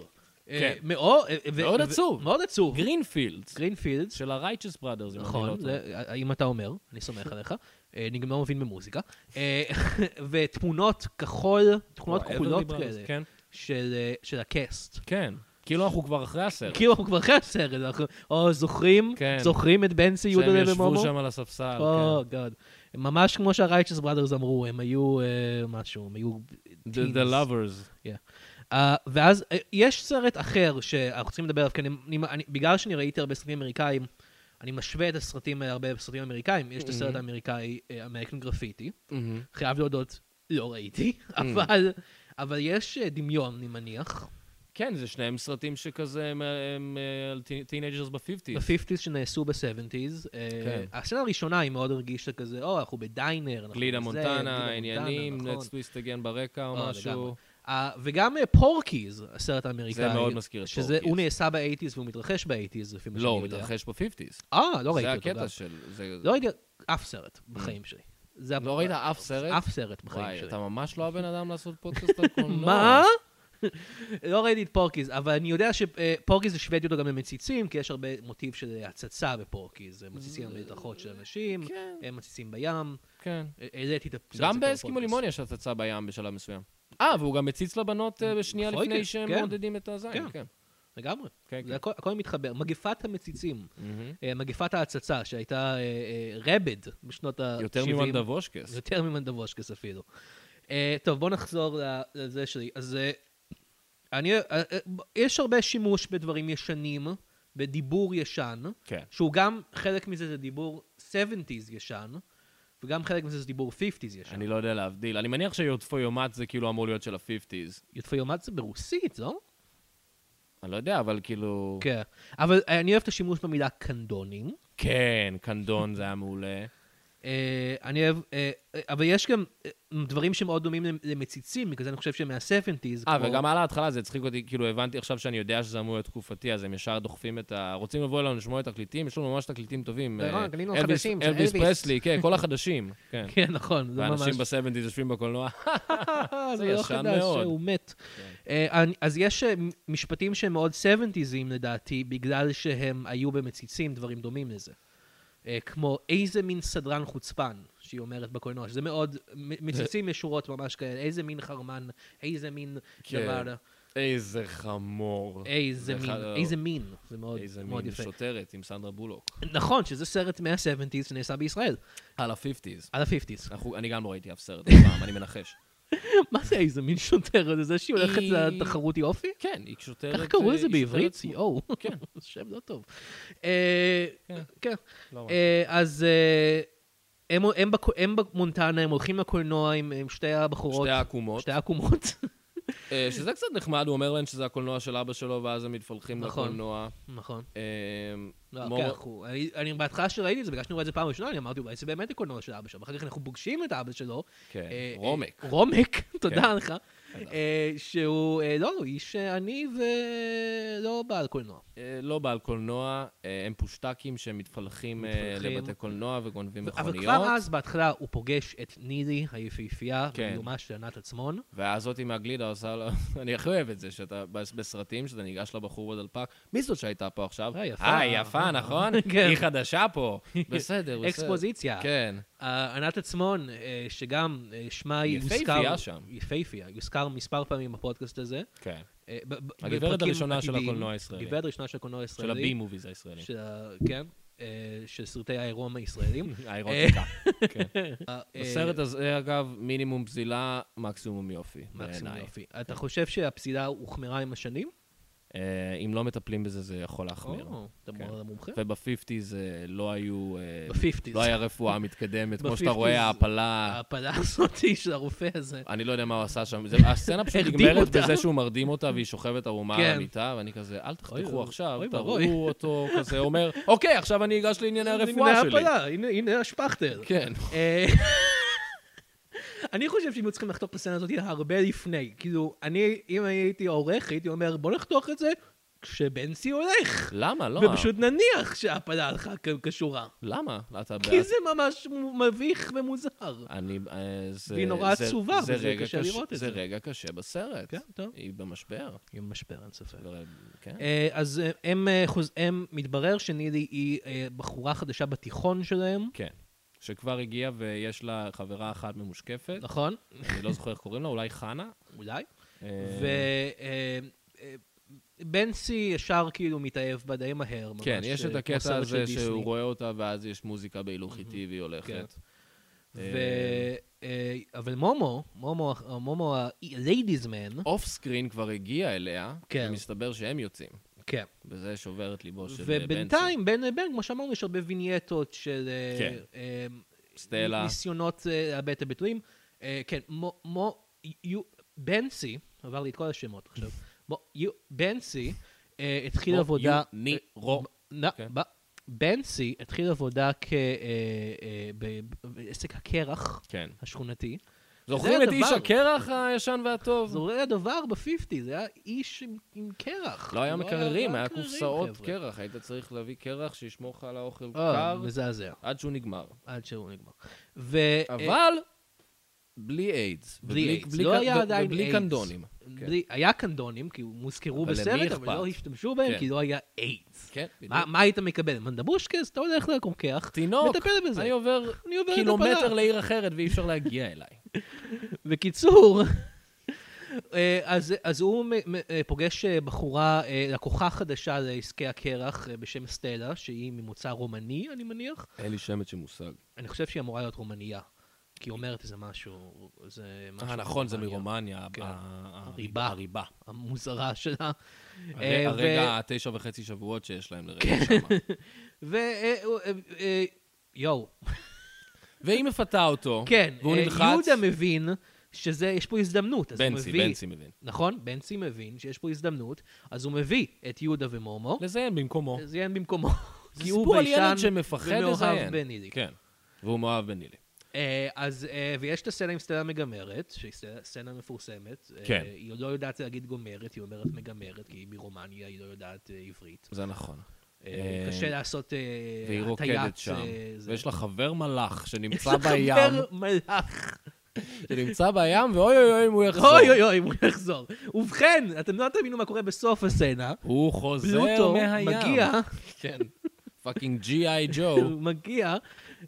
אה, כן. מאוד אה, ו- מאוד ו- עצוב. מאוד עצוב. גרינפילדס. גרינפילד, של ה-Righteous Brothers, אם אני לא נכון, טועה. זה- אם אתה אומר, אני סומך [laughs] עליך. אה, אני גם לא מבין במוזיקה. אה, [laughs] ותמונות כחול, תמונות וואי, כחולות Everly Brothers, כאלה, כן. של, אה, של הקאסט. כן. כאילו אנחנו כבר אחרי הסרט. כאילו אנחנו כבר אחרי הסרט, אנחנו או, זוכרים, כן. זוכרים את בנצי, יהודה שהם לוי ישבו ומומו? שם על כן. הספסל, או, גאד. Oh, ממש כמו שה-Righteous Brothers אמרו, הם היו אה, משהו, הם היו... כן. teens. The- The Lovers. Yeah. אה, ואז אה, יש סרט אחר שאנחנו צריכים לדבר עליו, כי אני- אני- אני- בגלל שאני ראיתי הרבה סרטים אמריקאים, אני משווה את הסרטים האלה הרבה בסרטים אמריקאים, יש את Mhm. הסרט האמריקאי אמריקן גרפיטי, חייב להודות, לא ראיתי, Mhm. אבל... אבל יש אה, דמיון, אני מניח, כן, זה שניהם סרטים שכזה הם- הם אה, על טינג'רס ב-50's. ב-50's שנעשו ב-70's. כן. הסצנה הראשונה היא מאוד הרגישה כזה, או, אנחנו בדיינר, אנחנו גלידה בזה, מונטנה, גלידה עניינים, מונטנה, נכון. נטס טוויסט אגן ברקע או אה, משהו. לגמרי. אה, וגם אה, פורקיז, הסרט האמריקאי. זה מאוד מזכיר את שזה, פורקיז. הוא נעשה באייטיז והוא מתרחש באייטיז, לפי מה לא, שאני הוא יודע. מתרחש ב-50's. אה, לא זה ראיתי אותו גם. הקטע של... זה- לא ראיתי אף סרט בחיים שלי. זה לא ה- ראית אף סרט? אף סרט בחיים וואי, שלי. אתה ממש לא הבן אדם [laughs] לעשות פודקאסט על קולנוע. מה? [laughs] לא ראיתי את פורקיז, אבל אני יודע אה, שפורקיז השוויתי אותו גם למציצים, כי יש הרבה מוטיב של הצצה בפורקיז. מציצים על מדרכות של אנשים, Mm. כן. אה, מציצים בים. כן. אה, העליתי את הפסט גם באסקימו לימון יש הצצה בים בשלב מסוים. אה, והוא גם מציץ לבנות אה, בשנייה בכל מקרה, לפני שהם נכון, כן. מודדים את הזין, כן. כן. לגמרי. כן, Mm-hmm. זה כן. הכל- הכל מתחבר. מגפת המציצים. מהמם. אה, מגפת ההצצה, שהייתה אה, אה, רבד בשנות ה-70. יותר ממנדבושקס. יותר ממנדבושקס אפילו. אה, טוב, בואו נחזור ל- לזה שלי. אז אה, אני, אה, אה, ב- יש הרבה שימוש בדברים ישנים, בדיבור ישן, כן. שהוא גם, חלק מזה זה דיבור 70's ישן, וגם חלק מזה זה דיבור 50's ישן. אני לא יודע להבדיל. אני מניח שיוטפויומט זה כאילו אמור להיות של ה-50's. יודפויומט זה ברוסית, לא? אני לא יודע, אבל כאילו... כן. אבל אה, אני אוהב את השימוש במילה קנדונים. כן, קנדון זה היה מעולה. אה, אני אוהב, אה, אה, אבל יש גם אה, דברים שמאוד דומים למ- למציצים, בגלל זה אני חושב שהם מה-70's. אה, כמו- וגם על ההתחלה זה הצחיק אותי, כאילו הבנתי עכשיו שאני יודע שזה אמור להיות תקופתי, אז הם ישר דוחפים את ה... רוצים לבוא אלינו לשמוע את התקליטים, יש לנו ממש תקליטים טובים. נכון, אה, קנינו אלביס- החדשים של אלביס אלביס. פרסלי, כן, כל [laughs] החדשים. כן. כן, נכון, זה ממש... כן. ואנשים בסבנטיז יושבים [laughs] בקולנוע. זה [laughs] זה לא ישן חדש מאוד. כן. שהוא מת. אה, אני- אז יש אה, מ- משפטים שהם מאוד 70'sים לדעתי, בגלל שהם היו במציצים דברים דומים לזה. אה, כמו איזה מין סדרן חוצפן, שהיא אומרת בקולנוע, שזה מאוד, מ- מציצים [laughs] יש שורות ממש כאלה, איזה מין חרמן, איזה מין כן. דבר, איזה חמור. איזה זה מין, אחד ה- איזה מין, זה מאוד איזה מאוד מין יפה. שוטרת עם סנדרה [laughs] בולוק. נכון, שזה סרט מה-70's שנעשה בישראל, על ה-50's. על ה-50's. אנחנו- אני גם לא ראיתי אף סרט אף פעם, אני מנחש. [laughs] מה זה איזה מין שוטר? זה שהיא הולכת היא- לתחרות יופי? כן, היא שוטרת... איך קראו אה, לזה היא בעברית? שוטרת- יואו. כן. [laughs] שם לא טוב. אה, כן. כן. לא רע. אה, אז אה, הם- הם בקו- הם במונטנה, הם הולכים לקולנוע עם עם שתי הבחורות. שתי העקומות. שתי [laughs] העקומות. אה, שזה קצת נחמד, הוא אומר להן שזה הקולנוע של אבא שלו, ואז הם מתפלחים נכון. לקולנוע. נכון. אה, לא, מור- כן, אנחנו- אני- אני בהתחלה שראיתי את זה, בגלל שאני רואה את זה פעם ראשונה, אני אמרתי, אולי זה באמת הקולנוע של אבא שלו. ואחר כך אנחנו פוגשים את אבא שלו. כן, אה, רומק. כן. אה, רומק, [laughs] תודה לך. אה, שהוא, אה, לא, הוא איש אה, עני ולא בעל קולנוע. אה, לא בעל קולנוע, אה, הם פושטקים שמתפלחים אה, מתפלחים. לבתי קולנוע וגונבים אבל מכוניות. כבר אז, בהתחלה, הוא פוגש את נילי היפהפייה, כן. בדיומה של ענת עצמון. והזאתי מהגלידה עושה לו, [laughs] אני הכי אוהב את זה, שאתה בס- בסרטים, שאתה ניגש לבחור בדלפק, מי זאת שהייתה פה עכשיו? אה, יפה. אה, יפה, נכון? [laughs] כן. היא חדשה [laughs] פה. בסדר, בסדר. אקספוזיציה. כן. אה, ענת עצמון, אה, שגם אה, שמה יוזכר... יפהפייה שם. יפהפייה, יוזכר מספר פעמים בפודקאסט הזה. כן. אה, ב- ב- הגברת בפרקים הראשונה של עתידיים. הקולנוע הישראלי. הגברת הראשונה של הקולנוע של הישראלי. [laughs] הבי-מוביז הישראלים. של ה- כן, אה, של סרטי העירום [laughs] הישראלים. האירוטיקה. כן. אה, אה, [laughs] בסרט הזה, אגב, מינימום פזילה, מקסימום יופי. מקסימום בעיניי. כן. יופי. אתה חושב שהפסילה הוחמרה עם השנים? אה, אם לא מטפלים בזה, זה יכול להחמיר. או, אוקיי. אתה כן. מורה למומחה? וב-50's אה, לא היו... אה, ב-50s. לא היה רפואה מתקדמת, כמו שאתה ב- 50s, רואה, ההעפלה... ההפלה הזאתי של הרופא הזה. אני לא יודע מה הוא עשה שם. זה- הסצנה פשוט אה, הרדים נגמרת אותה. בזה שהוא מרדים אותה והיא שוכבת ערומה על כן. המיטה, ואני כזה, אל תחתכו אוי, עכשיו, אוי ואבוי. [laughs] תראו אותו כזה, אומר, אוקיי, עכשיו אני אגש לענייני הרפואה הנה שלי. ההפלה, הנה- הנה השפכטל. כן. אה, [laughs] אני חושב שהם היו צריכים לחתוך את הסצנה הזאת הרבה לפני. כאילו, אני, אם הייתי עורך, הייתי אומר, בוא נחתוך את זה כשבנצי הולך. למה? לא. ופשוט נניח שההפלה הלכה כ- כשורה. למה? לא, אתה כי זה ממש מ- מביך ומוזר. אני... אה, זה- והיא נורא זה- עצובה, זה וזה רגע קשה קש- לראות את זה זה. רגע קשה בסרט. כן, טוב. היא במשבר. עם משבר, אין ספק. לא, כן. אז אה, הם, אה, חוז- הם, מתברר שנילי היא אה, בחורה חדשה בתיכון שלהם, כן. שכבר הגיעה ויש לה חברה אחת ממושקפת, נכון? אני לא זוכר איך קוראים לה, אולי חנה? אולי. אה, ובנסי אה, ישר כאילו מתאהב בה די מהר. ממש, כן, יש את אה, כמו הקטע סרט של הזה דיסני. שהוא רואה אותה, ואז יש מוזיקה בהילוך איטי והיא כן. הולכת. ו... אה, אבל מומו, מומו, מומו ה-ladies man, אוף סקרין כבר הגיע אליה, כן. ומסתבר שהם יוצאים. כן. וזה שובר את ליבו של אה, בנצי. ובינתיים, בין לבין, כמו שאמרנו, יש הרבה וינייטות של אה, כן. אה, סטלה. ניסיונות אה, לאבד את הביטויים. אה, כן, מו- מו... יו- בנסי, עבר לי את כל השמות עכשיו, מו- יו- בנסי אה, התחיל מו- עבודה... יו- ני- רו. נא- כן. ב- בנסי התחיל עבודה כ... אה, אה, ב- ב- בעסק הקרח כן. השכונתי. זוכרים את הדבר. איש הקרח הישן והטוב? זה היה דבר ב-50, זה היה איש עם, עם קרח. לא היה מקררים, לא היה קררים, קופסאות חבר'ה. קרח. היית צריך להביא קרח שישמור לך על האוכל אה, קר מזעזע, עד שהוא נגמר. עד שהוא נגמר. ו- אה, אבל בלי איידס. בלי ובלי- כן. איידס. בלי לא ק- היה ו- עדיין ובלי איידס. קנדונים. כן. בלי- היה קנדונים, כי הם הוזכרו אבל למי בסרט, אכפת? אבל לא השתמשו בהם, כן. כי לא היה איידס. כן, מה בדיוק. מה היית מקבל? מנדבושקס, אתה הולך לקומקח, תינוק, מטפל בזה. אני עובר אני עובר את קילומטר הפלה. לעיר אחרת ואי אפשר [laughs] להגיע אליי. בקיצור, אה, אז, אז הוא מ- מ- אה, פוגש אה, בחורה, אה, לקוחה חדשה לעסקי הקרח אה, בשם סטלה, שהיא ממוצא רומני, אני מניח. אין לי שמץ של מושג. אני חושב שהיא אמורה להיות רומניה, כי היא אומרת איזה משהו, זה משהו... אה, נכון, זה מרומניה. מרומניה. כן. ה- ה- הריבה. הריבה. המוזרה שלה. הרי- אה, ו- כן. הרגע התשע וחצי שבועות שיש להם לרגע שם. ו... אה, אה, אה, יואו. והיא מפתה אותו, כן, והוא אה, נלחץ. יהודה מבין שזה, יש פה הזדמנות. אז הוא בנצי, מביא- בנצי מבין. נכון, בנצי מבין שיש פה הזדמנות, אז הוא מביא את יהודה ומומו. לזיין במקומו. זיין במקומו. זה כי הוא סיפור על ביישן ילד שמפחד לזיין. ומאוהב בנילי. כן, והוא מאוהב בנילי. אה, אז, אה, ויש את הסצנה עם סצנה מגמרת, שהיא סצנה- סצנה מפורסמת. אה, כן. היא לא יודעת להגיד גומרת, היא אומרת מגמרת, כי היא מרומניה, היא לא יודעת אה, עברית. זה נכון. אה, אה, קשה לעשות אה, והיא רוקדת הטיית, שם. אה, זה. ויש לה חבר מלאך [laughs] יש שנמצא לה בים, חבר [laughs] מלאך. שנמצא בים, ואוי אוי אוי אם הוא יחזור. אוי אוי אוי, אם הוא יחזור. ובכן, אתם לא תבינו מה קורה בסוף הסצנה. הוא חוזר פלוטו מהים. מגיע, כן. פאקינג ג'י-איי ג'ו. הוא מגיע.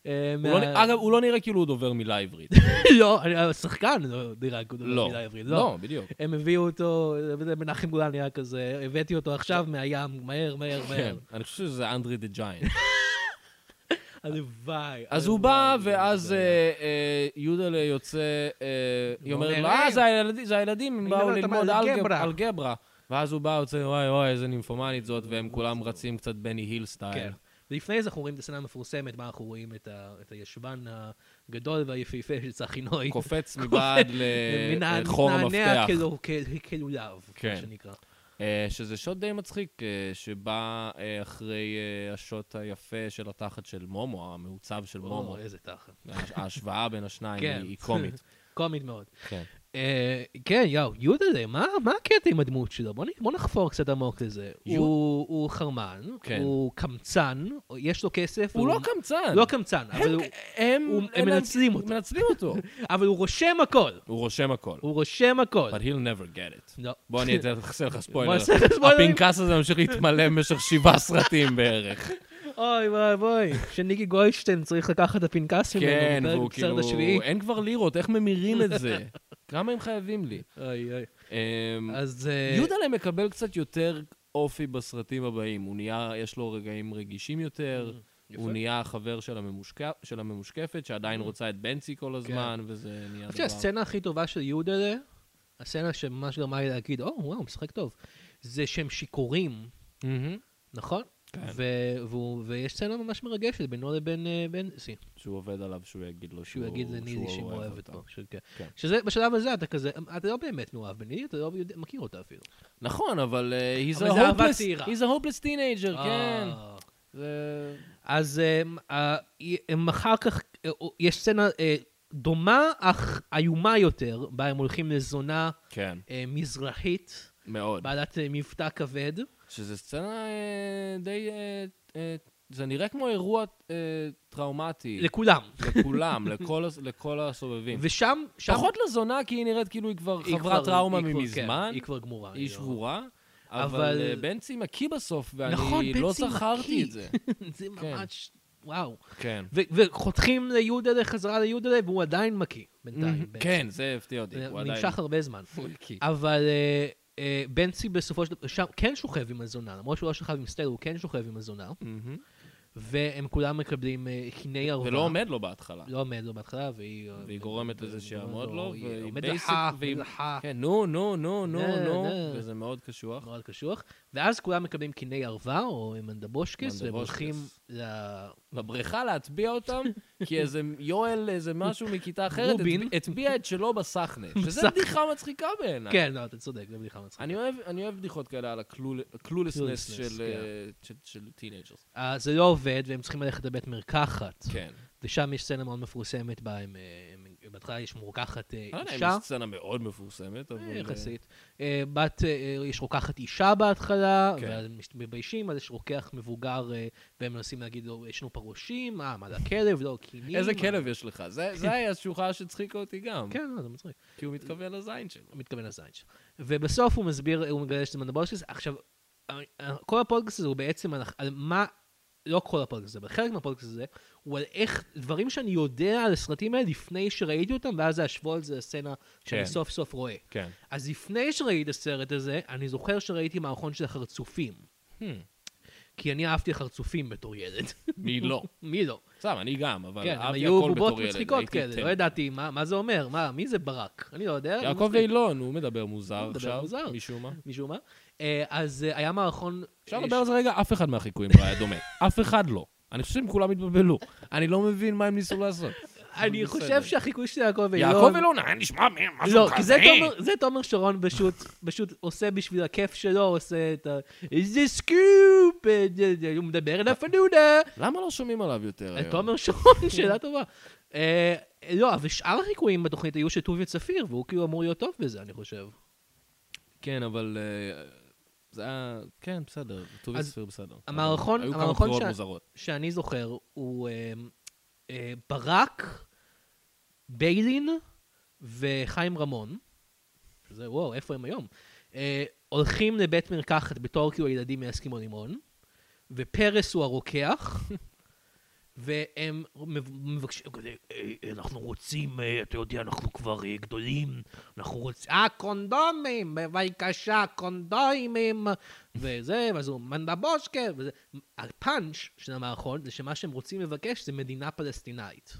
אה, הוא לא מה- נראה- אגב, הוא לא נראה כאילו הוא דובר מילה עברית. [laughs] לא, אני- השחקן לא נראה כמו לא. מילה עברית. לא, בדיוק. הם הביאו אותו, מנחם גולן היה כזה, הבאתי אותו עכשיו מהים, מהר, מהר, כן, מהר. אני חושב שזה אנדרי דה ג'יינט. [laughs] הלוואי. אז הוא בא, הלוואי, ואז זה היה. אה, אה, יהודלה יוצא, אה, הוא היא אומרת לו, אומר, אה, "היי." זה הילדים, זה הילדים, הם אני באו מדברת ללמוד על אלגברה. אלגברה. אלגברה. ואז הוא בא, יוצא, וואי, וואי, איזה נימפומנית זאת, והם כולם רצים קצת בני היל סטייל. כן. ולפני זה אנחנו רואים את הסצנה המפורסמת, מה אנחנו רואים את ה- את הישבן הגדול והיפהפה של צחי נוי. [laughs] קופץ מבעד ל- מנע- לחור מתנענע אה, המפתח. כלו- כל- כלולב, כאילו- כן. מה שנקרא. אה, שזה שוט די מצחיק, אה, שבא אה, אחרי אה, השוט היפה של התחת של מומו, המעוצב של מומו. או, איזה תחת. ההש- ההשוואה בין השניים כן. [laughs] היא היא קומית. קומית מאוד. כן. אה, כן, יואו, יודלה, מה מה הקטע עם הדמות שלו? בוא נ- בוא נחפור קצת עמוק לזה. יו- הוא הוא חרמן, כן. הוא קמצן, יש לו כסף. הוא לא קמצן. לא קמצן, אבל הם- הוא- הם הוא- הם אין להם- מנצלים אותו. מנצלים [laughs] אותו. אבל הוא רושם הכל. הוא רושם הכל. הוא רושם הכל. But he'll never get it. לא. בוא אני אתן לך- אעשה לך בוא ספוילר. נעשה לך ספוילרים. הפנקס הזה ממשיך להתמלא במשך שבעה סרטים [laughs] בערך. כן, אוי וואי וואי, שניקי גולדשטיין צריך לקחת את הפנקס ממנו. כן, בפרק והוא בסרט כאילו... השביעי. אין כבר לירות, איך ממירים את [laughs] זה? כמה הם חייבים לי? אוי אוי. אמ, אז... אה, יודלה מקבל קצת יותר אופי בסרטים הבאים. הוא נהיה, יש לו רגעים רגישים יותר, Mm, יפה. Mm-hmm. הוא נהיה החבר של הממושק- של הממושקפת, שעדיין רוצה את בנצי כן. כל הזמן, וזה נהיה אני דבר. חושב שהסצנה הכי טובה של יודלה, הסצנה שממש גרמה לי להגיד, או, וואו, משחק טוב, זה שהם שיכורים, מהמם. נכון? כן. ו- והוא- ויש סצנה ממש מרגשת בינו לבין אה, בנצי, שהוא עובד עליו, שהוא יגיד לו שהוא שהוא יגיד לנילי שהוא שהיא מאוהבת אותו. בו. שהוא- כן. כן. שזה, בשלב הזה אתה כזה, אתה לא באמת מאוהב בנילי, אתה לא יודע- מכיר אותה אפילו. נכון, אבל אה, he's אבל a זה אהבה hopeless- צעירה. he's a hopeless teenager, כן. אה. זה- אז אמ, אה, הם אחר כך, אה, יש סצנה אה, דומה אך איומה יותר, בה הם הולכים לזונה כן, אה, מזרחית, מאוד. בעלת אה, מבטא כבד. שזו סצנה אה, די... אה, אה, זה נראה כמו אירוע אה, טראומטי. לכולם. לכולם, לכל הס- לכל הסובבים. ושם, שם... כן. פחות לזונה, כי היא נראית כאילו היא כבר היא חברה כבר- טראומה היא כבר- ממזמן, כן, היא כבר גמורה. היא לא- שבורה, אבל אבל- אה, בנצי מקיא בסוף, נכון, ואני לא בנצי זכרתי מקיא. את זה. [laughs] זה ממש, וואו. כן. ו- וחותכים ליודלה, חזרה ליודלה, והוא עדיין מקיא בינתיים. בנצי. כן, זה הפתיע אותי. זה הוא עדיין- נמשך הרבה זמן. הוא הקיא. אבל אה, אה, בנצי בסופו של דבר, שם כן שוכב עם הזונה, למרות שהוא לא שוכב עם סטייל, הוא כן שוכב עם הזונה, מהמם. והם כולם מקבלים אה, קיני ערווה. ולא עומד לו בהתחלה. לא עומד לו בהתחלה, והיא... אה, לא, והיא גורמת לזה שיעמוד לו, היא והיא עומד basic, לך, והיא- עומד לך. כן, נו, נו, נו, נו, נה, נו, נה. וזה מאוד קשוח. כן, מאוד קשוח, ואז כולם מקבלים קיני ערווה או מנדבושקס, והם מנדבושקס. הולכים ל... לבריכה להטביע אותם, כי איזה יואל, איזה משהו מכיתה אחרת, רובין. הטב- הטביע את שלו בסחנה. [laughs] שזה בסחנה. בדיחה מצחיקה בעיניי. כן, לא, אתה צודק, זו בדיחה מצחיקה. אני אוהב, אני אוהב בדיחות כאלה על הקלולסנס Cluelessness, של, כן. אה, של, של טינג'רס. אה, זה לא עובד, והם צריכים ללכת לבית מרקחת, כן. ושם יש סצנה מאוד מפורסמת בה, הם, אה, הם- בהתחלה יש מרקחת אה, אני לא יודע אם אישה. יש סצנה מאוד מפורסמת, אבל... אה, אה, יחסית. אה, בת, אה, יש רוקחת אישה בהתחלה, כן. ואז מש- מביישים, אז יש רוקח מבוגר, אה, והם מנסים להגיד לו, יש לנו פרושים, אה, מה זה הכלב, לא, קינים. איזה אה." כלב יש לך? זה, זה היה שוחה שהצחיקה אותי גם. כן, לא, זה מצחיק. כי הוא מתכוון לזין שלו. הוא מתכוון לזין שלו. ובסוף הוא מסביר, הוא מגלה שזה מנדבושקס. עכשיו, אה, אה, כל הפודקאסט הזה הוא בעצם על, על מה, לא כל הפודקאסט הזה, אבל חלק מהפודקאסט הזה, הוא על איך, דברים שאני יודע על הסרטים האלה לפני שראיתי אותם, ואז להשוות את זה לסצנה שאני כן. סוף סוף רואה. כן. אז לפני שראיתי את הסרט הזה, אני זוכר שראיתי מערכון של החרצופים. Hmm. כי אני אהבתי חרצופים בתור ילד. [laughs] מי לא? מי לא? סתם, אני גם, אבל כן, הם אהבתי היו הכל בובות בתור ילד. מצחיקות הייתי כאלה, טמבל. לא ידעתי מה מה זה אומר, מה, מי זה ברק? אני לא יודע. זה יעקב מצחיק. ואילון, הוא מדבר מוזר מדבר עכשיו, מוזר. משום מה. משום מה. אה, אז אה, היה מערכון... אפשר אה, לדבר ש- על זה רגע? אף אחד מהחיקויים לא היה דומה. אף אחד לא. אני חושב שהם כולם התבלבלו. אני לא מבין מה הם ניסו לעשות. אני אבל חושב בסדר. שהחיקוי של יעקב אילון... יעקב אילון היה נשמע מ- משהו כזה. לא, כי זה תומר- זה תומר שרון פשוט, פשוט עושה בשביל הכיף שלו, עושה את ה... זה סקופ! אה, זה- זה- הוא מדבר אל הפנונה! למה לא שומעים עליו יותר היום? תומר שרון, [laughs] שאלה טובה. אה, לא, אבל שאר החיקויים בתוכנית היו של טוביה צפיר, והוא כאילו אמור להיות טוב בזה, אני חושב. כן, אבל... אה, זה היה... כן, בסדר. טובי אז ספיר בסדר. המערכון- היו כמה המערכון בחירות שה- מוזרות. שאני זוכר, הוא אה, אה, ברק, ביילין וחיים רמון, שזה וואו, איפה הם היום? אה, הולכים לבית מרקחת בתור כאילו הילדים מאסקימו לימון, ופרס הוא הרוקח, והם מב- מבקשים, כזה, "אה, אה, אנחנו רוצים, אה, אתה יודע, אנחנו כבר אה, גדולים, אנחנו רוצים, אה, קונדומים, בבקשה, קונדומים, וזה, ואז הוא מנדבושקה, וזה. הפאנץ' של המערכון זה שמה שהם רוצים לבקש זה מדינה פלסטינאית.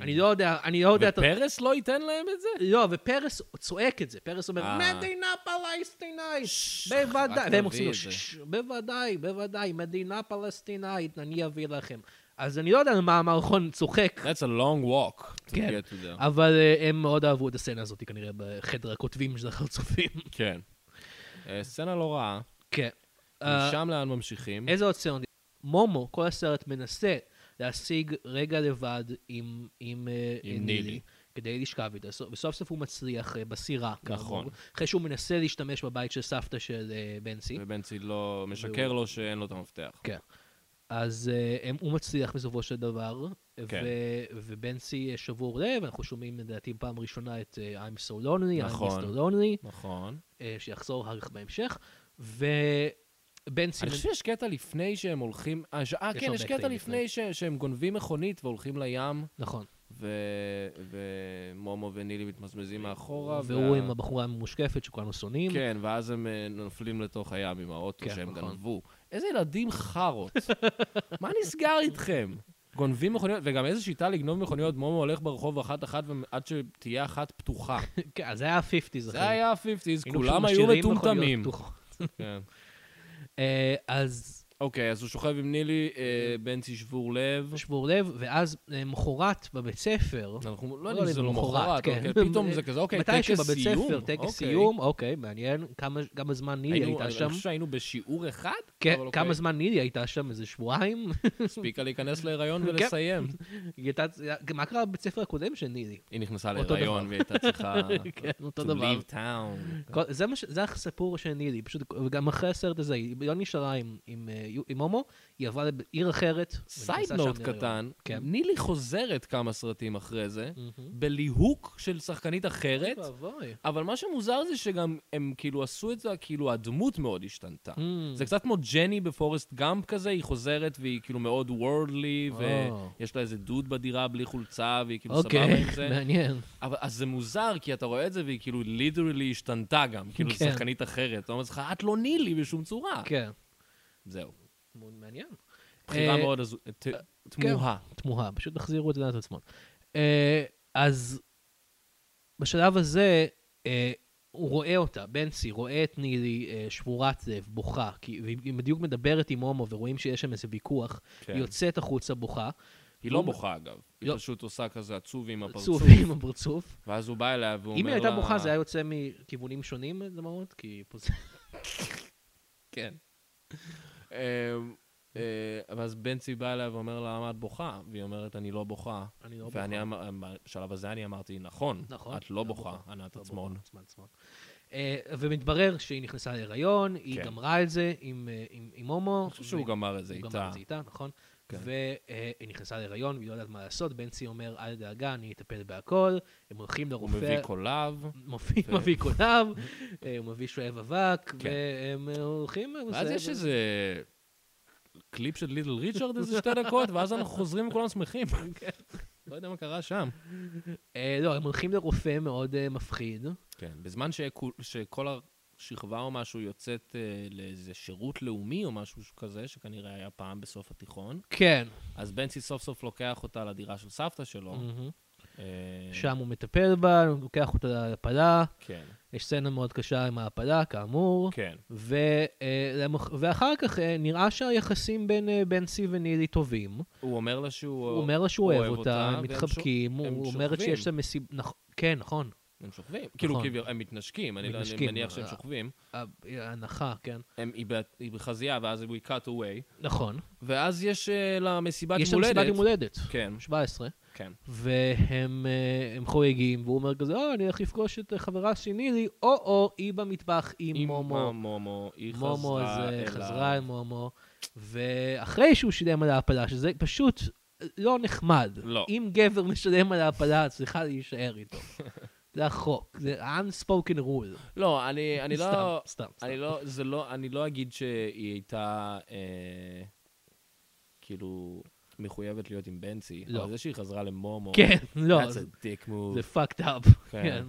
אני לא יודע, אני לא יודע... את ה- Mm. ופרס לא ייתן להם את זה? לא, ופרס צועק את זה, פרס אומר, אה. מדינה פלסטינאית, ששש, רק בוודאי, והם עושים לו, תביא את זה. "ששש, בוודאי, בוודאי, מדינה פלסטינאית, אני אביא לכם. אז אני לא יודע על מה המערכון צוחק, That's a long walk to כן. get to there. אבל אה, הם מאוד אהבו את הסצנה הזאת כנראה בחדר הכותבים של החרצופים. כן. אה, סצנה לא רעה. כן. אה, משם לאן ממשיכים. איזה עוד סצנות? מומו, כל הסרט מנסה להשיג רגע לבד עם, עם, אה, עם נילי. כדי לשכב איתה, סוף- וסוף סוף הוא מצליח אה, בסירה. כאמור, נכון. אחרי שהוא מנסה להשתמש בבית של סבתא של אה, בנסי. ובנצי לא משקר לו שאין לו את המפתח. כן. אז אה, הם, הוא מצליח בסופו של דבר, כן. ו- ובנסי אה, שבור לב, אנחנו שומעים לדעתי פעם ראשונה את אה, I'm so lonely, נכון. I'm Mr. lonely, נכון. אה, שיחזור אחר כך בהמשך, ובנסי... אני חושב שיש קטע לפני שהם הולכים... אה, ש- אה, יש כן, הרבה יש קטע קטעים לפני ש- שהם גונבים מכונית והולכים לים, נכון. ו- ומומו ונילי מתמזמזים מאחורה. והוא וה- עם הבחורה המושקפת שכולנו שונאים. כן, ואז הם אה, נופלים לתוך הים עם האוטו כן, שהם נכון. גנבו. איזה ילדים חארות. [laughs] מה נסגר איתכם? גונבים מכוניות, וגם איזה שיטה לגנוב מכוניות, מומו הולך ברחוב אחת-אחת ו- עד שתהיה אחת [laughs] פתוחה. כן, אז זה היה ה-50's. אחי. זה היה ה-50's, היינו כולם פשוט היו משאירים מכוניות מטומטמים. פתוחות. [laughs] כן. אה, אז אוקיי, אז הוא שוכב עם נילי, אה, בנצי שבור לב. שבור לב, ואז אה, מחרת בבית ספר, אנחנו לא לא יודעים אם זה יודעים, למחרת, למחרת, כן. אוקיי, פתאום זה כזה, אוקיי, טקס [laughs] מתישהו סיום. בבית ספר, אוקיי. טקס סיום, אוקיי, מעניין, כמה- כמה זמן נילי היינו- הייתה שם. אני חושב שהיינו בשיעור אחד, כן, אבל אוקיי. כמה זמן נילי הייתה שם, איזה שבועיים? [laughs] הספיקה להיכנס כן. להיריון ולסיים. היא הייתה, מה קרה בבית ספר הקודם של נילי? היא נכנסה אותו להיריון דבר. והיא הייתה [laughs] צריכה... כן, אותו to דבר. leave town. כל- זה מה ש- זה הסיפור של נילי, פשוט, וגם אחרי הסרט הזה, היא לא נשארה עם- עם, אה, יו- עם הומו, היא עברה לעיר אחרת. סייד ונכנסה נוט שם להיריון. קטן, כן. נילי חוזרת כמה סרטים אחרי זה, מהמם. בליהוק של שחקנית אחרת, אוי ואבוי. אבל מה שמוזר זה שגם הם כאילו עשו את זה, כאילו הדמות מאוד השתנתה. Mm. זה קצת כמו ג'ני בפורסט גאמפ כזה, היא חוזרת והיא כאילו מאוד וורדלי, אה. ויש לה איזה דוד בדירה בלי חולצה, והיא כאילו סבבה אוקיי, [laughs] עם זה. מעניין. אבל אז זה מוזר, כי אתה רואה את זה, והיא כאילו ליטרלי השתנתה גם, כאילו כן. שחקנית אחרת. אתה אומר לך, את לא נילי בשום צורה. כן, זהו. מעניין. בחירה אה, כן. מאוד הזו- ת- תמוהה. תמוהה, פשוט החזירו את זה לדעת עצמם. אה, אז בשלב הזה, אה, הוא רואה אותה, בנסי רואה את נילי אה, שבורת לב, בוכה, כי והיא היא בדיוק מדברת עם הומו ורואים שיש שם איזה ויכוח, כן. היא יוצאת החוצה בוכה, היא לא בוכה, אגב. היא לא. פשוט עושה כזה עצוב עם הפרצוף, צוף עם הפרצוף. ואז הוא בא אליה והוא אומר אם לה... היא הייתה בוכה זה היה יוצא מכיוונים שונים למרות, כי פה [laughs] זה... כן. אמ, אה, ואז בנצי בא אליה ואומר לה, למה את בוכה? והיא אומרת, אני לא בוכה. אני לא בוכה. ואני אמר- בשלב הזה אני אמרתי, נכון, נכון. את לא בוכה, ענת לא עצמון. בוכה, עצמון, עצמון. אה, ומתברר שהיא נכנסה להיריון, היא כן. גמרה את זה עם, אה, עם, עם הומו. אני חושב שהוא גמר את זה הוא גמר איתה. את זה איתה, נכון? כן. והיא נכנסה להיריון, והיא לא יודעת מה לעשות, בנצי אומר, אל דאגה, אני אטפל בהכל, הם הולכים הוא לרופא, מביא קולב, [laughs] מופיע- ו- מביא קונב, אה, הוא מביא שואב אבק, כן. והם אה, הולכים... ואז זה- יש איזה קליפ של ליטל ריצ'רד איזה שתי דקות, ואז אנחנו חוזרים וכולם [laughs] שמחים. כן. לא יודע מה קרה שם. אה, לא, הם הולכים לרופא מאוד אה, מפחיד. כן, בזמן שכו- שכל השכבה או משהו יוצאת אה, לאיזה שירות לאומי או משהו כזה, שכנראה היה פעם בסוף התיכון, כן. אז בנצי סוף סוף לוקח אותה לדירה של סבתא שלו. מהמם. אה, שם הוא מטפל בה, הוא לוקח אותה להפלה, כן, יש סצנה מאוד קשה עם ההפלה, כאמור. כן. ו, אה, למח- ואחר כך אה, נראה שהיחסים בין אה, בנסי ונילי טובים. הוא אומר לה שהוא... הוא אומר לה שהוא אוהב אוהב אותה, אותה, והם הם מתחבקים, שו- הם הוא אומר שוכבים. שיש לה מסיבה... כן, נכון. הם שוכבים. כאילו, נכון. כאילו, הם מתנשקים, אני לא- אני מתנשקים, מניח שהם אה. שוכבים. ה- ההנחה, כן. הם- היא ב- היא בחזייה, ואז we cut away. נכון. ואז יש אה, לה מסיבת יש לה מולדת. מסיבת יום הולדת. כן, 17. כן. והם אה, הם חוגגים, והוא אומר כזה, או, אני הולך לפגוש את אה, חברה שלי, נילי, או-או, היא במטבח עם מומו. מומו, היא חזרה מומו הזה אליו. חזרה עם מומו, ואחרי שהוא שילם על ההעפלה, שזה פשוט לא נחמד. לא. אם גבר משלם על ההעפלה, את צריכה להישאר [laughs] איתו. זה החוק, זה unspoken rule. לא, אני, אני סתם, לא... סתם, סתם. אני לא, זה לא, אני לא אגיד שהיא הייתה, אה, כאילו, מחויבת להיות עם בנצי. לא. אבל זה שהיא חזרה למומו, כן, לא, that's a dick move. זה fucked up, כן. כן.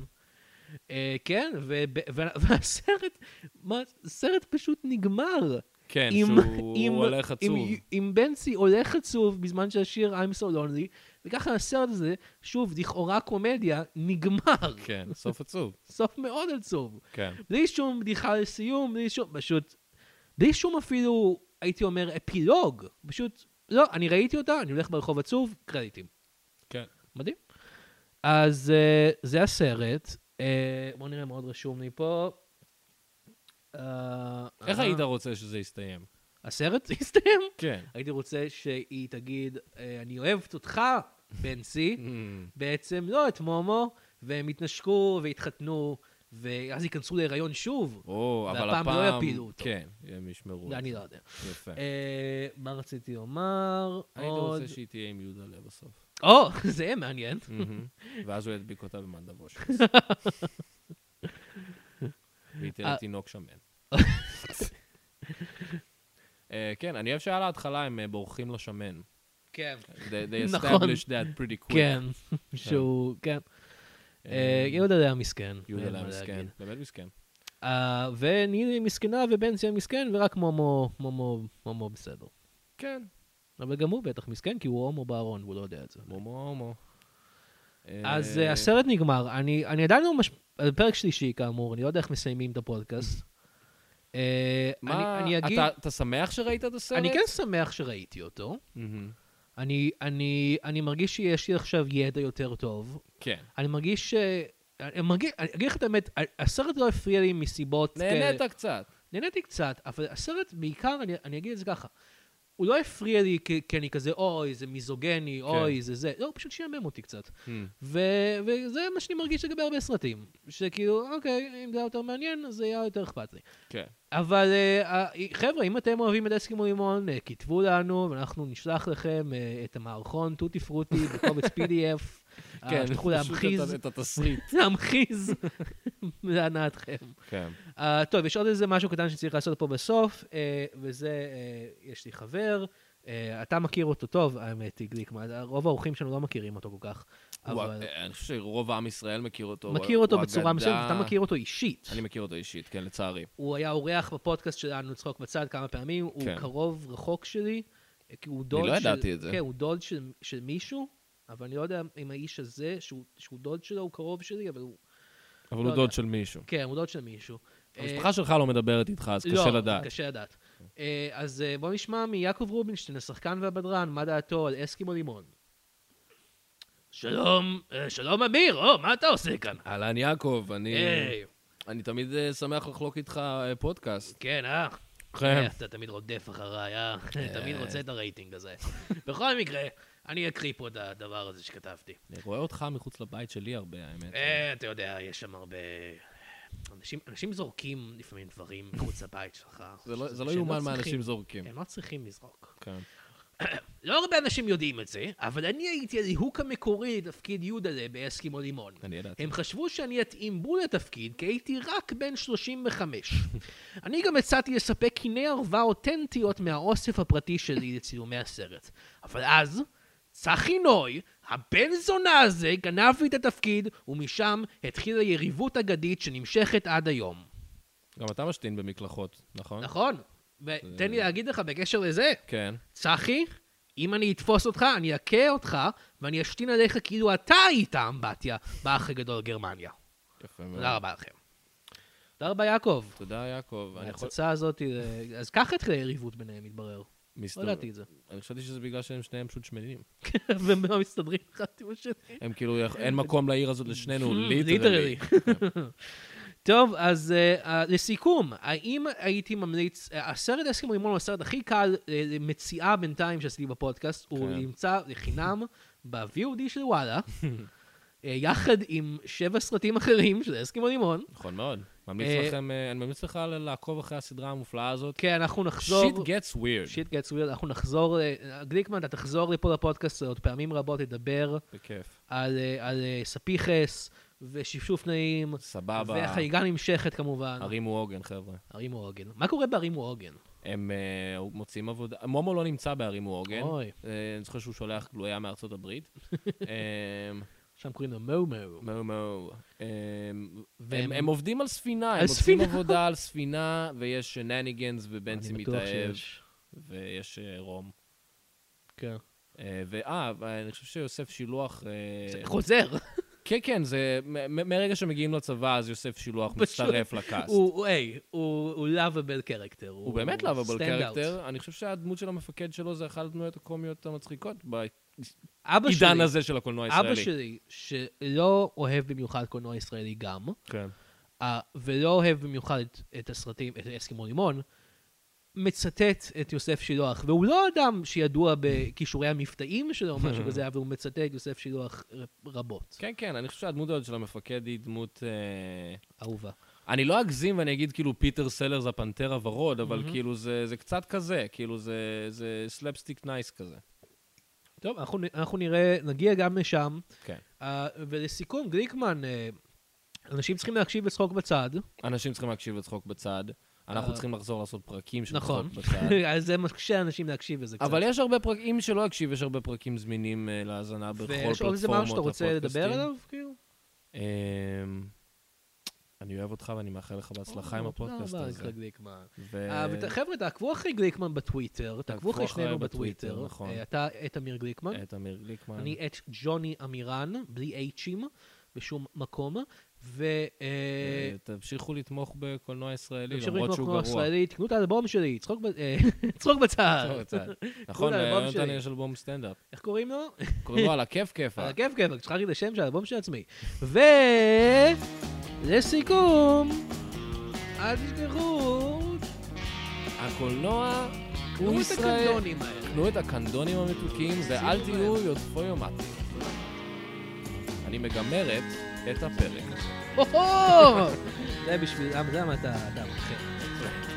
אה, כן, וב- וה- [laughs] והסרט, מה, הסרט פשוט נגמר. כן, עם- שהוא [laughs] עם- הולך עצוב. עם- עם בנצי הולך עצוב בזמן שהשיר I'm so lonely, וככה הסרט הזה, שוב, לכאורה קומדיה, נגמר. כן, סוף עצוב. סוף מאוד עצוב. [laughs] כן. בלי שום בדיחה לסיום, בלי שום, פשוט, בלי שום אפילו, הייתי אומר, אפילוג. פשוט, לא, אני ראיתי אותה, אני הולך ברחוב עצוב, קרדיטים. כן. מדהים. אז אה, זה הסרט. אה, בואו נראה מה עוד רשום לי פה. אה, איך אה, היית רוצה שזה יסתיים? הסרט [laughs] הסתיים. כן. הייתי רוצה שהיא תגיד, אה, אני אוהבת אותך, בן [laughs] סי, Mhm. Mm. בעצם לא את מומו, והם התנשקו והתחתנו, ואז ייכנסו להיריון שוב. או, אבל והפעם הפעם... לא יפילו אותו. כן, הם ישמרו. את אני זה. לא יודע. יפה. אה, מה רציתי לומר? הייתי רוצה עוד... שהיא תהיה עם יהודה לב בסוף. או, [laughs] זה יהיה מעניין. מהמם. ואז הוא ידביק אותה במנדבושת. [laughs] והיא תהיה אה. תינוק שמן. אה, כן, אני אוהב שעל ההתחלה הם אה, בורחים לשמן. כן. They [laughs] they נכון. established that pretty quick. כן, שהוא, כן. אה, יהודה היה מסכן. יהודה אין מה להם להגיד. מסכן, באמת מסכן. אה, ונילי מסכנה ובן ציון מסכן, ורק מומו, מומו, מומו בסדר. כן, אבל גם הוא בטח מסכן, כי הוא הומו בארון, והוא לא יודע את זה. מומו הומו. אז אה, הסרט נגמר. אני אני עדיין לא מש... על פרק שלישי, כאמור, אני לא יודע איך מסיימים את הפודקאסט. אה, מה, אני- אני אגיד... אתה- אתה שמח שראית את הסרט? אני כן שמח שראיתי אותו. מהמם. אני, אני, אני מרגיש שיש לי עכשיו ידע יותר טוב. כן. אני מרגיש ש... אני מרגיש, אני אגיד לך את האמת, הסרט לא הפריע לי מסיבות... כאלה- נהנית קצת. נהניתי קצת, אבל הסרט בעיקר, אני, אני אגיד את זה ככה, הוא לא הפריע לי כי, כי אני כזה, אוי, זה מיזוגני, כן. אוי, זה זה, לא, הוא פשוט שיעמם אותי קצת. מהמם. ו, וזה מה שאני מרגיש לגבי הרבה סרטים, שכאילו, אוקיי, אם זה היה יותר מעניין, אז זה היה יותר אכפת לי. כן. אבל אה, אה, חבר'ה, אם אתם אוהבים את אסקימו לימון, אה, כתבו לנו, ואנחנו נשלח לכם אה, את המערכון טוטי פרוטי [laughs] בקובץ PDF. אה, כן, שתוכלו פשוט להמחיז, את- את התסריט. [laughs] להמחיז להנאתכם. כן. Uh, טוב, יש עוד איזה משהו קטן שצריך לעשות פה בסוף, uh, וזה, uh, יש לי חבר, uh, אתה מכיר אותו טוב, האמת היא, גליקמן, רוב האורחים שלנו לא מכירים אותו כל כך, הוא- אבל אה, אני חושב שרוב עם ישראל מכיר אותו. מכיר הוא- אותו הוא בצורה אגדה. מסוימת, אתה מכיר אותו אישית. אני מכיר אותו אישית, כן, לצערי. הוא היה אורח בפודקאסט שלנו, צחוק בצד, כמה פעמים, הוא כן. קרוב רחוק שלי, אה, כי הוא דוד לא של... ידעתי את זה. כן, הוא דוד של, של מישהו, אבל אני לא יודע אם האיש הזה, שהוא, שהוא דוד שלו, הוא קרוב שלי, אבל הוא... אבל לא הוא יודע. דוד של מישהו. כן, הוא דוד של מישהו. אה, המשפחה שלך לא מדברת איתך, אז קשה לא, לדעת. קשה לדעת. אה, אז אה, בואו נשמע מיעקב רובינשטיין, השחקן והבדרן, מה דעתו על אסקימו לימון. שלום, אה, שלום אמיר, או, מה אתה עושה כאן? אהלן יעקב, אני- היי, אני תמיד אה, שמח לחלוק איתך אה, פודקאסט. כן, אה? כן. אה, אתה תמיד רודף אחריי, אה? [laughs] תמיד רוצה את הרייטינג הזה. בכל מקרה, אני אקריא פה את הדבר הזה שכתבתי. אני רואה אותך מחוץ לבית שלי הרבה, האמת. אה, אתה יודע, יש שם הרבה... אנשים, אנשים זורקים לפעמים דברים מחוץ לבית שלך. זה לא- זה לא שהם יאומן מה צריכים. אנשים זורקים. הם לא צריכים לזרוק. כן. לא הרבה אנשים יודעים את זה, אבל אני הייתי הליהוק המקורי לתפקיד יהודלה באסקימו לימון. אני ידעתי. הם חשבו שאני אתאים בול לתפקיד, כי הייתי רק בן 35. [laughs] אני גם הצעתי לספק קיני ערווה אותנטיות מהאוסף הפרטי שלי לצילומי הסרט. אבל אז, צחי נוי, הבן זונה הזה, גנב לי את התפקיד, ומשם התחילה יריבות אגדית שנמשכת עד היום. גם אתה משתין במקלחות, נכון? נכון? ותן אה. לי להגיד לך בקשר לזה, כן. צחי, אם אני אתפוס אותך, אני אכה אותך, ואני אשתין עליך כאילו אתה היית אמבטיה באח הגדול גרמניה. יפה מאוד. תודה רבה לכם. תודה רבה, יעקב. תודה, יעקב. אני יכול... ההצצה הזאת, היא- אז ככה התחילה היריבות ביניהם, מתברר. לא מסתובב. ידעתי את זה. [laughs] אני חשבתי שזה בגלל שהם שניהם פשוט שמנים. והם לא מסתדרים אחד עם השני. הם כאילו, אין מקום לעיר הזאת לשנינו, Hmm, ליטרלי. ליטרלי. כאילו, [laughs] טוב, אז אה, אה, לסיכום, האם הייתי ממליץ, אה, הסרט אסקימו לימון הוא הסרט הכי קל אה, למציאה בינתיים שעשיתי בפודקאסט, הוא כן. נמצא לחינם ב-VOD של וואלה, [laughs] אה, יחד עם שבע סרטים אחרים של אסקימו לימון. נכון מאוד. ממליץ אה, לכם, אה, אני ממליץ לך ל- לעקוב אחרי הסדרה המופלאה הזאת. כן, אנחנו שיט נחזור. גטס ווירד. שיט גטס ווירד, אנחנו נחזור, אה, גליקמן, אתה תחזור לפה לפודקאסט עוד פעמים רבות, תדבר בכיף. על, אה, על אה, ספיחס ושפשוף נעים, סבבה. והחגיגה נמשכת כמובן. הרימו עוגן, חבר'ה. הרימו עוגן. מה קורה בהרימו עוגן? הם אה, מוצאים עבודה. מומו לא נמצא בהרימו עוגן. אוי. אה, אני זוכר שהוא שולח גלויה מארצות הברית. [laughs] אה, שם קוראים לו מומו. מומו. אה, והם- הם הם עובדים על ספינה, על הם מוצאים ספינה. עבודה על ספינה, ויש שנניגנס ובנצי אני בטוח מתאהב, שיש. ויש אה, רום. כן. אה, ואה, ואני חושב שיוסף שילוח... אה, זה חוזר. כן, כן, זה... מ- מ- מהרגע שמגיעים לצבא, אז יוסף שילוח פשוט- מצטרף לקאסט. הוא, הוא- היי, הוא הוא lovable character. הוא באמת לאבבל stand out. קרקטר. אני חושב שהדמות של המפקד שלו זה אחת הדמויות הקומיות המצחיקות בעידן אבא שלי- הזה של הקולנוע אבא הישראלי. שלי, שלא אוהב במיוחד קולנוע ישראלי גם, כן. אה, ולא אוהב במיוחד את, את הסרטים, את אסקימו לימון, מצטט את יוסף שילוח, והוא לא אדם [laughs] שידוע בכישורי המבטאים שלו או משהו כזה, אבל הוא מצטט את יוסף שילוח ר- רבות. כן, כן, אני חושב שהדמות הזאת של המפקד היא דמות... אה, אהובה. אני לא אגזים ואני אגיד כאילו פיטר סלר זה הפנתר הוורוד, אבל כאילו זה זה קצת כזה, כאילו זה- זה סלפסטיק נייס כזה. טוב, אנחנו נ- אנחנו נראה, נגיע גם לשם. כן. אה, ולסיכום, גליקמן, אה, אנשים צריכים להקשיב לצחוק בצד. אנשים צריכים להקשיב לצחוק בצד, אנחנו אה. צריכים לחזור לעשות פרקים של צחוק נכון. בצד. אז זה מקשה לאנשים להקשיב לזה [laughs] קצת. אבל יש הרבה פרקים, מי שלא הקשיב, יש הרבה פרקים זמינים אה, להאזנה בכל פלטפורמות ויש עוד איזה משהו שאתה רוצה לדבר הפודקאסטים. עליו? כאילו? אמ, אני אוהב אותך ואני מאחל לך בהצלחה עם או, תודה הפודקאסט רבה, הזה. ד"ר גליקמן. ו- אה, ות- חבר'ה, תעקבו אחרי גליקמן בטוויטר, תעקבו אחרי אחריי שנינו בטוויטר, בטוויטר. נכון. אה, אתה את אמיר גליקמן, את אמיר גליקמן. אה, אני את ג'וני אמירן, בלי אייצ'ים בשום מקום. ו... אה, אה, תמשיכו לתמוך בקולנוע ישראלי, תמשיכו למרות לתמוך שהוא בקולנוע גרוע. [laughs] הישראלי, תקנו את האלבום שלי, צחוק ב- אה, [laughs] צחוק בצד. טוב, [laughs] בצד. נכון, לאלבום ליונתן שלי. יש אלבום סטנדאפ. איך קוראים לו? [laughs] קוראים לו על הכיף כיפה. על הכיף כיף, שכחתי את השם של האלבום של עצמי. ו... לסיכום, אל תשכחו, הקולנוע הוא קראו את ישראל. הקנדונים האלה. תנו את הקנדונים המתוקים ואל תהיו יודפויומטים. אני מגמרת את הפרק. [laughs] אה, הו-הו! זה בשבילם, למה אתה אדם אחר?